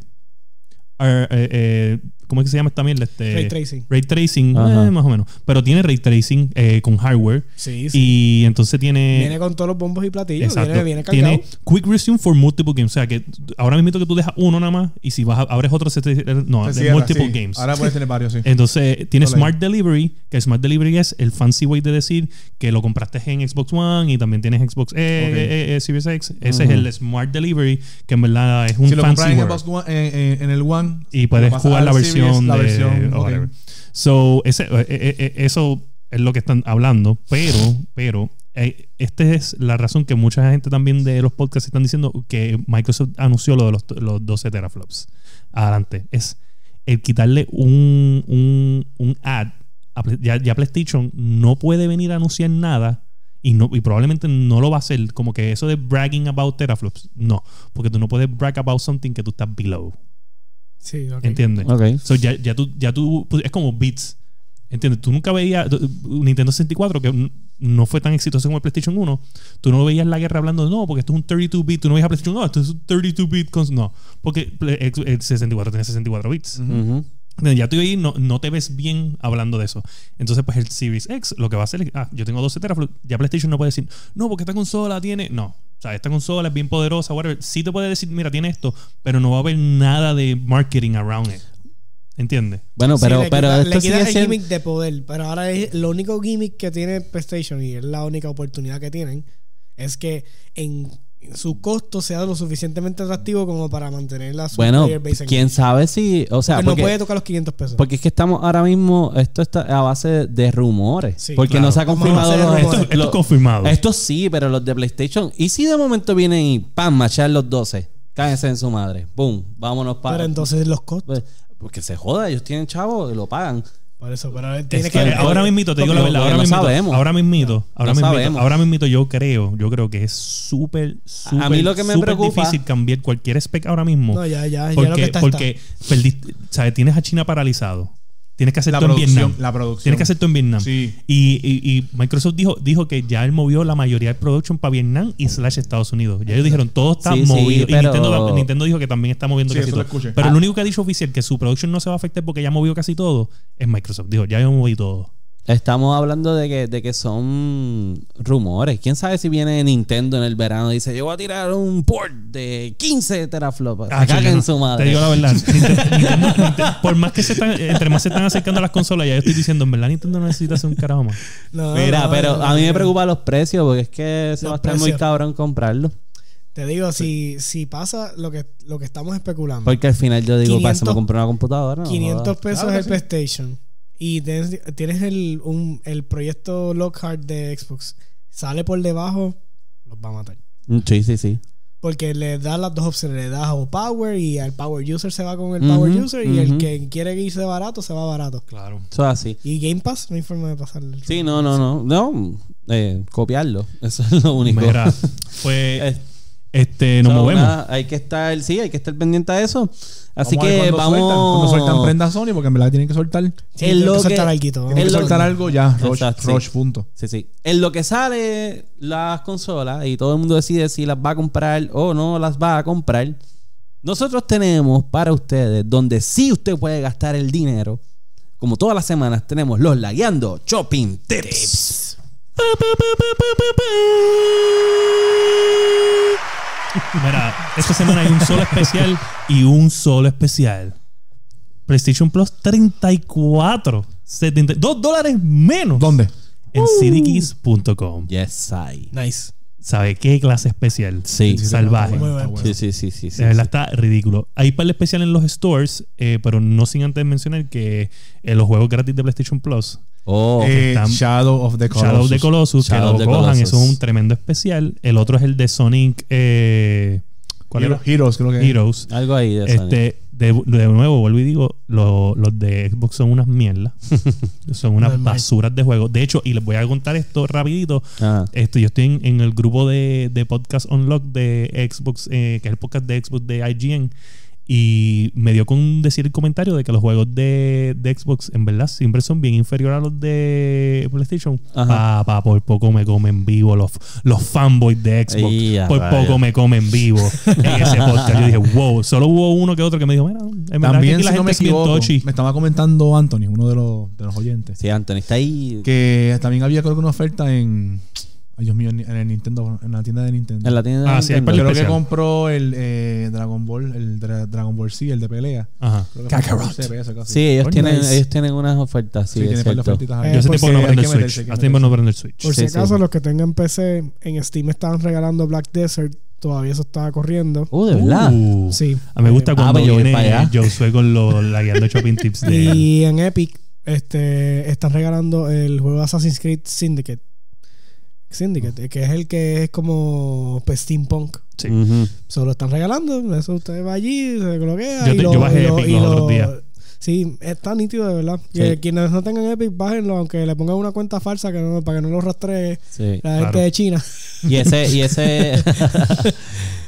S3: ar- eh, eh, ¿Cómo es que se llama esta mierda? Este,
S2: Ray tracing.
S3: Ray tracing,
S1: Ajá.
S3: eh, más o menos. Pero tiene ray tracing eh, con hardware.
S2: Sí, sí.
S3: Y entonces tiene.
S2: viene con todos los bombos y platillos.
S3: Exacto.
S2: Viene, viene cargado.
S3: tiene Quick Resume for Multiple Games. O sea, que ahora mismo que tú dejas uno nada más y si vas a, abres otro, se te- no, de Multiple Games.
S4: pues, Ahora puedes tener varios, sí.
S3: Entonces, tiene
S4: Dale.
S3: Smart Delivery, que Smart Delivery es el fancy way de decir que lo compraste en Xbox One y también tienes Xbox eh, eh, eh, Series X. Ese es
S1: Ujú.
S3: el Smart Delivery, que en verdad es un
S4: Si lo
S3: fancy
S4: compras en,
S3: word.
S4: Xbox One- en- en- en el One.
S3: Y puedes
S4: lo pasas
S3: jugar la
S4: al Series,
S3: versión
S4: la
S3: de-
S4: versión,
S3: o
S4: ok.
S3: whatever. So, ese, eh, eh, eh, eso es lo que están hablando, pero, pero, eh, esta es la razón que mucha gente también de los podcasts están diciendo que Microsoft anunció lo de los, los 12 teraflops. Adelante. Es el quitarle un, un, un ad. a Play- Ya, ya PlayStation no puede venir a anunciar nada y, no, y probablemente no lo va a hacer. Como que eso de bragging about teraflops. No, porque tú no puedes brag about something que tú estás below.
S2: Sí, ok.
S3: ¿Entiendes?
S1: Ok.
S3: So, ya, ya tú, ya tú, pues, es como Beats. ¿Entiendes? Tú nunca veías tú- Nintendo 64, que n- no fue tan exitoso como el PlayStation 1. Tú no veías la guerra hablando, no, porque esto es un 32-bit. Tú no veías a PlayStation, no, esto es un 32-bit. cons-". No, porque Play- ex- el 64 tiene 64 bits.
S1: Ujú.
S3: ¿Entiendes? Ya tú ahí no, no te ves bien hablando de eso. Entonces, pues el Series X lo que va a hacer es, ah, yo tengo 12 teraflops. Ya PlayStation no puede decir, no, porque esta consola tiene. No. O sea, esta consola es bien poderosa, whatever. Sí te puede decir, mira, tiene esto, pero no va a haber nada de marketing around it. ¿Entiendes?
S1: Bueno,
S2: Sí,
S1: pero,
S2: le
S1: pero
S2: quita- le
S1: esto
S2: quita
S1: sigue
S2: el
S1: siendo.
S2: gimmick de poder. Pero ahora es lo único gimmick que tiene PlayStation y es la única oportunidad que tienen es que en su costo sea lo suficientemente atractivo como para mantener la su
S1: Bueno,
S2: player base en-
S1: quién sabe si. O sea,
S2: Porque
S1: porque,
S2: no puede tocar los 500 pesos.
S1: porque es que estamos ahora mismo. Esto está a base de rumores.
S2: Sí,
S1: porque no
S3: claro.
S1: se ha
S2: Vamos a
S1: confirmado
S2: hacer
S1: los.
S2: rumores.
S3: Esto,
S1: Estos,
S3: esto es confirmado.
S1: estos sí, pero los de PlayStation. ¿Y si de momento vienen y ¡pam! Machar los 12? Cáguense en su madre. ¡Boom! Vámonos para.
S2: pero entonces los costos.
S1: Porque se joda, ellos tienen chavo y lo pagan.
S2: Por eso, pero
S3: Es
S2: tiene
S3: que
S2: que.
S3: ahora mismito, te digo la
S1: Porque
S3: verdad, ahora
S1: no
S3: mismito,
S1: sabemos.
S3: ahora mismito, ahora mismito,
S1: sabemos.
S3: ahora mismito yo creo, yo creo que es súper, súper,
S1: A mí lo que me
S3: súper
S1: preocupa-
S3: difícil cambiar cualquier spec ahora mismo.
S2: No, ya, ya, ya
S3: porque
S2: lo que está,
S3: porque perdiste- ¿sabes? tienes a China paralizado. Tienes que hacer
S4: La
S3: todo en
S4: producción,
S3: Vietnam.
S4: la producción.
S3: Tienes que hacer todo en Vietnam.
S4: Sí.
S3: Y, y- y Microsoft dijo, dijo que ya él movió la mayoría del production para Vietnam y slash Estados Unidos. Ya ellos dijeron, todo está
S1: Sí, sí,
S3: movido. y
S1: pero-
S3: Nintendo, Nintendo dijo que también está moviendo
S4: Sí,
S3: casi
S4: eso lo
S3: todo.
S4: escuché.
S3: Pero
S1: Ah.
S3: lo único que ha dicho oficial que su production no se va a afectar porque ya movió casi todo es Microsoft. Dijo, ya yo moví todo.
S1: Estamos hablando de que, de que son rumores. ¿Quién sabe si viene Nintendo en el verano y dice, yo voy a tirar un port de 15 teraflops?
S3: Ah,
S1: Acá
S3: yo
S1: en
S3: no.
S1: su
S3: Te
S1: madre.
S3: digo la verdad. Nintendo- Nintendo- Nintendo- por más que se están, entre más se están acercando a las consolas, ya yo estoy diciendo, en verdad Nintendo no necesita hacer un carajo más.
S2: No,
S1: Mira,
S2: Ah, no,
S1: pero
S2: no,
S1: a mí me
S2: no.
S1: preocupan los precios porque es que se
S2: Los
S1: va a estar muy
S2: precios.
S1: cabrón comprarlo.
S2: Te digo, si, si pasa lo que, lo que estamos especulando.
S1: Porque al final yo digo, para
S2: 500
S1: eso me compré una computadora. No,
S2: 500
S1: joda.
S2: pesos
S4: Claro que
S2: el
S4: sí.
S2: PlayStation y tienes, tienes el, un- el proyecto Lockhart de Xbox, sale por debajo, los va a matar.
S1: Mm, Sí, sí, sí.
S2: Porque le das las dos opciones, le das o power y al power user se va con el power
S1: Ujú,
S2: user y el
S1: ujú.
S2: que quiere irse barato se va barato.
S3: Claro.
S1: Eso es así.
S2: Y Game Pass no hay forma de pasarle. el-
S1: Sí, no, no, no. No, eh, copiarlo. Eso es lo único.
S3: Mira, pues
S1: Eh,
S3: este, nos
S1: so,
S3: movemos.
S1: nada, hay que estar, sí, hay que estar pendiente a eso. Así
S4: a ver
S1: que
S4: cuándo
S1: vamos.
S4: Sueltan, cuando sueltan prenda Sony, porque en verdad tienen que soltar.
S2: Sí,
S1: Es
S2: tiene
S1: lo
S2: que
S1: que-
S2: soltar alguito.
S1: es
S4: Tienen que
S1: lo-
S4: soltar algo ya, Roche,
S1: Exacto, sí.
S4: Roche, punto.
S1: Sí, sí. En lo que sale las consolas y todo el mundo decide si las va a comprar o no las va a comprar, nosotros tenemos para ustedes, donde sí usted puede gastar el dinero, como todas las semanas tenemos los Lagueando Shopping Tips.
S3: Mira, esta semana hay un solo especial y un solo especial. PlayStation Plus 34. 70, 2 dólares menos.
S4: ¿Dónde?
S2: Uh.
S3: En cdkeys.com.
S1: Yes, I.
S2: Nice.
S3: ¿Sabe qué clase especial?
S1: Sí.
S3: Salvaje.
S2: Muy bueno.
S1: Sí, sí, sí, sí. sí,
S3: de verdad
S1: sí.
S3: está ridículo. Hay par de especial en los stores, eh, pero no sin antes mencionar que eh, los juegos gratis de PlayStation Plus,
S1: Oh,
S4: Eh,
S3: están-
S4: Shadow of the Colossus.
S3: Shadow of the Colossus,
S1: Shadow of
S3: que
S1: the
S3: lo cojan,
S1: Colossus.
S3: eso es un tremendo especial. El otro es el de Sonic. eh, ¿Cuál
S4: Hero-
S3: era?
S4: Heroes, creo que.
S3: Heroes.
S1: algo ahí de Sony.
S3: Este, de, de nuevo, vuelvo y digo, lo- los de Xbox son unas mierdas. son unas
S2: Normal.
S3: basuras de juegos. De hecho, y les voy a contar esto rapidito.
S1: Ah,
S3: Este, yo estoy en, en el grupo de, de podcast Unlock de Xbox, eh, que es el podcast de Xbox de IGN. Y me dio con decir el comentario de que los juegos de, de Xbox, en verdad, siempre son bien inferiores a los de PlayStation.
S1: Ajá.
S3: Papá, por poco me comen vivo los, los fanboys de Xbox.
S1: Y a
S3: por
S1: rayos.
S3: poco me comen vivo en ese podcast. Yo dije, wow, solo hubo uno que otro que me dijo, mira, en verdad que
S4: También,
S3: aquí
S4: si no me
S3: es bien
S4: equivoco,
S3: touchy".
S4: me estaba comentando Anthony, uno de los, de los oyentes,
S1: sí, Anthony está ahí
S4: que también había, creo que una oferta en. Ay, Dios mío, en en el Nintendo, en la tienda de Nintendo.
S1: en la tienda. de
S3: Ah, sí, hay
S1: Nintendo.
S3: par de
S4: Creo
S3: especial.
S4: que compró el eh, Dragon Ball, el Dra- Dragon Ball Z, el de pelea.
S3: Ajá.
S4: Creo que fue
S2: Kakarot.
S4: 14 pesos casi.
S1: Sí, ellos
S4: Coño,
S1: tienen,
S4: nice.
S1: ellos tienen unas ofertas, sí,
S4: Sí,
S1: es
S4: tiene par de
S1: cierto.
S4: ofertitas ahí.
S2: Eh,
S3: Yo hace
S2: por
S3: tiempo
S4: si
S3: que no
S4: hay
S3: prendo el
S4: que meterse,
S3: Switch.
S4: hay que
S3: Hace tiempo que no prendo el Switch.
S2: Por
S1: Sí,
S2: si
S1: sí.
S2: acaso, los que tengan PC, en Steam estaban regalando Black Desert. Todavía eso estaba corriendo.
S1: Oh, de verdad.
S3: Uh.
S2: Sí.
S3: A mí me gusta
S1: Ah,
S3: cuando
S1: pues yo voy para
S3: viene
S1: allá.
S3: Josué con los la guía de shopping tips de
S2: Y en Epic este, están regalando el juego Assassin's Creed Syndicate. Syndicate, que es el que es como pues, steampunk.
S3: Sí.
S1: Ujú.
S2: Solo están regalando. Eso usted va allí, se bloquea.
S3: Yo
S2: y
S3: te-
S2: lo-
S3: yo bajé
S2: y lo-
S3: Epic
S2: y
S3: los
S2: lo-
S3: otros días.
S2: Sí, está nítido de verdad.
S1: Sí.
S2: Que quienes no tengan Epic, bájenlo, aunque le pongan una cuenta falsa que no, para que no lo rastree
S1: Sí.
S2: la gente
S3: Claro.
S2: de China.
S1: Y ese, y ese.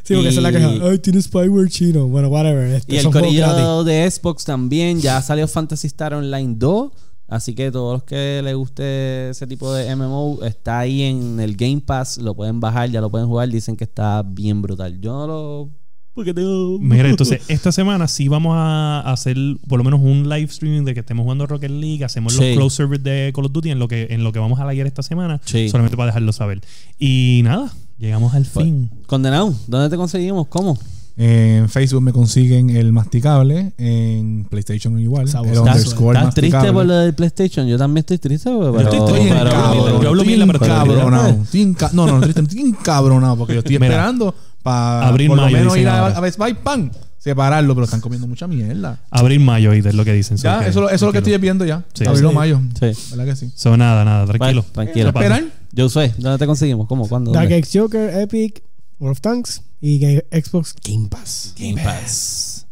S2: Sí, porque esa es la
S1: Y-
S2: queja. Ay, tiene spyware chino. Bueno, whatever. Este,
S1: Y el
S2: son juegos gratis.
S1: corillo de Xbox también. Ya salió Fantasy Star Online 2. Así que todos los que les guste ese tipo de MMO, está ahí en el Game Pass. Lo pueden bajar, ya lo pueden jugar. Dicen que está bien brutal. Yo no lo. Porque tengo.
S3: Mira, entonces esta semana sí vamos a hacer por lo menos un live streaming de que estemos jugando Rocket League, hacemos
S1: Sí.
S3: los close servers de Call of Duty en lo que en lo que vamos a la guía esta semana,
S1: Sí.
S3: solamente para dejarlo saber. Y nada, llegamos al
S1: Pues,
S3: fin.
S1: Condenado, ¿dónde te conseguimos? ¿Cómo?
S4: En Facebook me consiguen el masticable, en PlayStation igual,
S2: Sabroso.
S4: el
S1: ¿Estás,
S4: underscore
S1: estás triste
S4: masticable.
S1: por lo del PlayStation? Yo también estoy triste. Pero,
S3: estoy triste,
S4: Estoy
S3: Pero-
S4: encabronado.
S3: yo hablo
S4: estoy
S3: mierda, pero te
S4: encabronado. Estoy enca- No, no, no, triste, estoy encabronado porque yo estoy
S3: Mira,
S4: esperando para
S3: abril,
S4: por lo
S3: mayo,
S4: menos
S3: dicen
S4: ir a,
S3: ahora.
S4: a Best Buy, ¡pam! Separarlo, pero están comiendo mucha mierda.
S3: Abril mayo y es lo que dicen.
S4: Ya,
S3: so que-
S4: eso, lo- eso es lo que estoy
S3: tranquilo.
S4: viendo ya.
S3: Sí.
S4: abril o
S2: Sí.
S4: mayo.
S1: Sí.
S4: ¿Verdad que sí?
S3: So, nada, nada, tranquilo.
S1: Vale, tranquilo.
S3: Papá.
S4: Esperan.
S1: Yo soy, ¿dónde te conseguimos? ¿Cómo? ¿Cuándo?
S2: Dark
S1: ¿Dónde?
S2: X Joker, Epic, World of Tanks y Ga- Xbox Game Pass.
S1: Game Pass.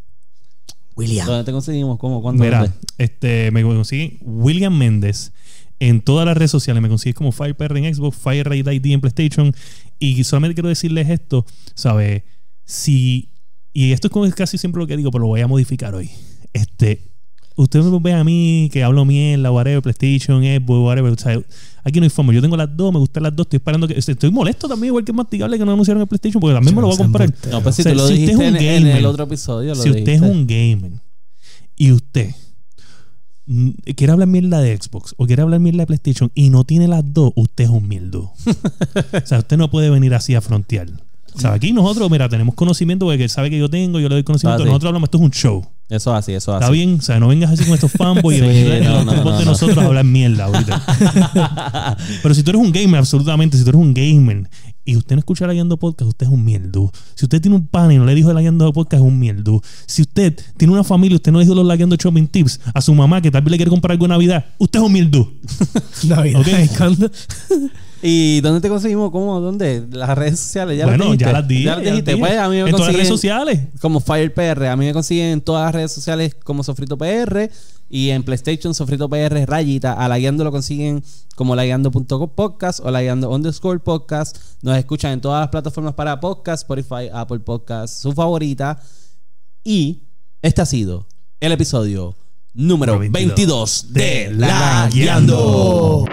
S2: William.
S1: ¿Dónde te conseguimos? ¿Cómo? ¿Cuándo?
S3: Mira,
S1: ¿Dónde?
S3: este, me consigue William Méndez en todas las redes sociales. Me consigues como FirePR en Xbox, FireRaid ID en PlayStation. Y solamente quiero decirles esto, ¿sabes? Si. Y esto es como casi siempre lo que digo, pero lo voy a modificar hoy. Este. Ustedes me ven a mí que hablo mierda, whatever, PlayStation, Xbox, whatever. o sea, aquí no hay forma. Yo tengo las dos, me gustan las dos. Estoy esperando que. Estoy molesto también, igual que es masticable que no anunciaron el PlayStation, porque también me lo voy a comprar.
S1: No, pues si
S3: O sea,
S1: tú lo
S3: si usted es
S1: dijiste
S3: un
S1: en, en
S3: gamer,
S1: el otro episodio, lo
S3: Si usted es
S1: dijiste.
S3: un gamer y usted mm, quiere hablar mierda de Xbox o quiere hablar mierda de PlayStation y no tiene las dos, usted es un mierdo. o sea, usted no puede venir así a frontear. O sea, aquí nosotros, mira, tenemos conocimiento porque él sabe que yo tengo, yo le doy conocimiento.
S1: Ah, sí.
S3: Nosotros hablamos, esto es un show.
S1: Eso así, eso así.
S3: Está bien, o sea, no vengas así con estos fanboys y
S1: Ah, Sí,
S3: venir
S1: no,
S3: en los
S1: no,
S3: grupos
S1: no,
S3: de
S1: no.
S3: nosotros a hablar mierda ahorita. Pero si tú eres un gamer, absolutamente, si tú eres un gamer y usted no escucha la Guiando Podcast, usted es un mierdu. Si usted tiene un pan y no le dijo la Guiando Podcast, es un mierdu. Si usted tiene una familia y usted no le dijo los la Guiando Shopping Tips a su mamá que tal vez le quiere comprar algo en Navidad, usted es un mierdu.
S2: Navidad.
S3: Ok.
S2: ¿Cuándo?
S1: ¿Y dónde te conseguimos? ¿Cómo? ¿Dónde? Las redes sociales. ¿Ya
S3: bueno,
S1: las dijiste?
S3: ya las di.
S1: Ya las
S3: ya
S1: dijiste.
S3: las di.
S1: Pues a mí me
S3: en todas las
S1: consiguen
S3: redes sociales.
S1: Como FirePR. A mí me consiguen en todas las redes sociales como Sofrito PR. Y en PlayStation, Sofrito PR, rayita. A Lagueando lo consiguen como lagueando.com podcast o lagueando underscore podcast. Nos escuchan en todas las plataformas para podcast, Spotify, Apple Podcast, su favorita. Y este ha sido el episodio número 22, de La Guiando.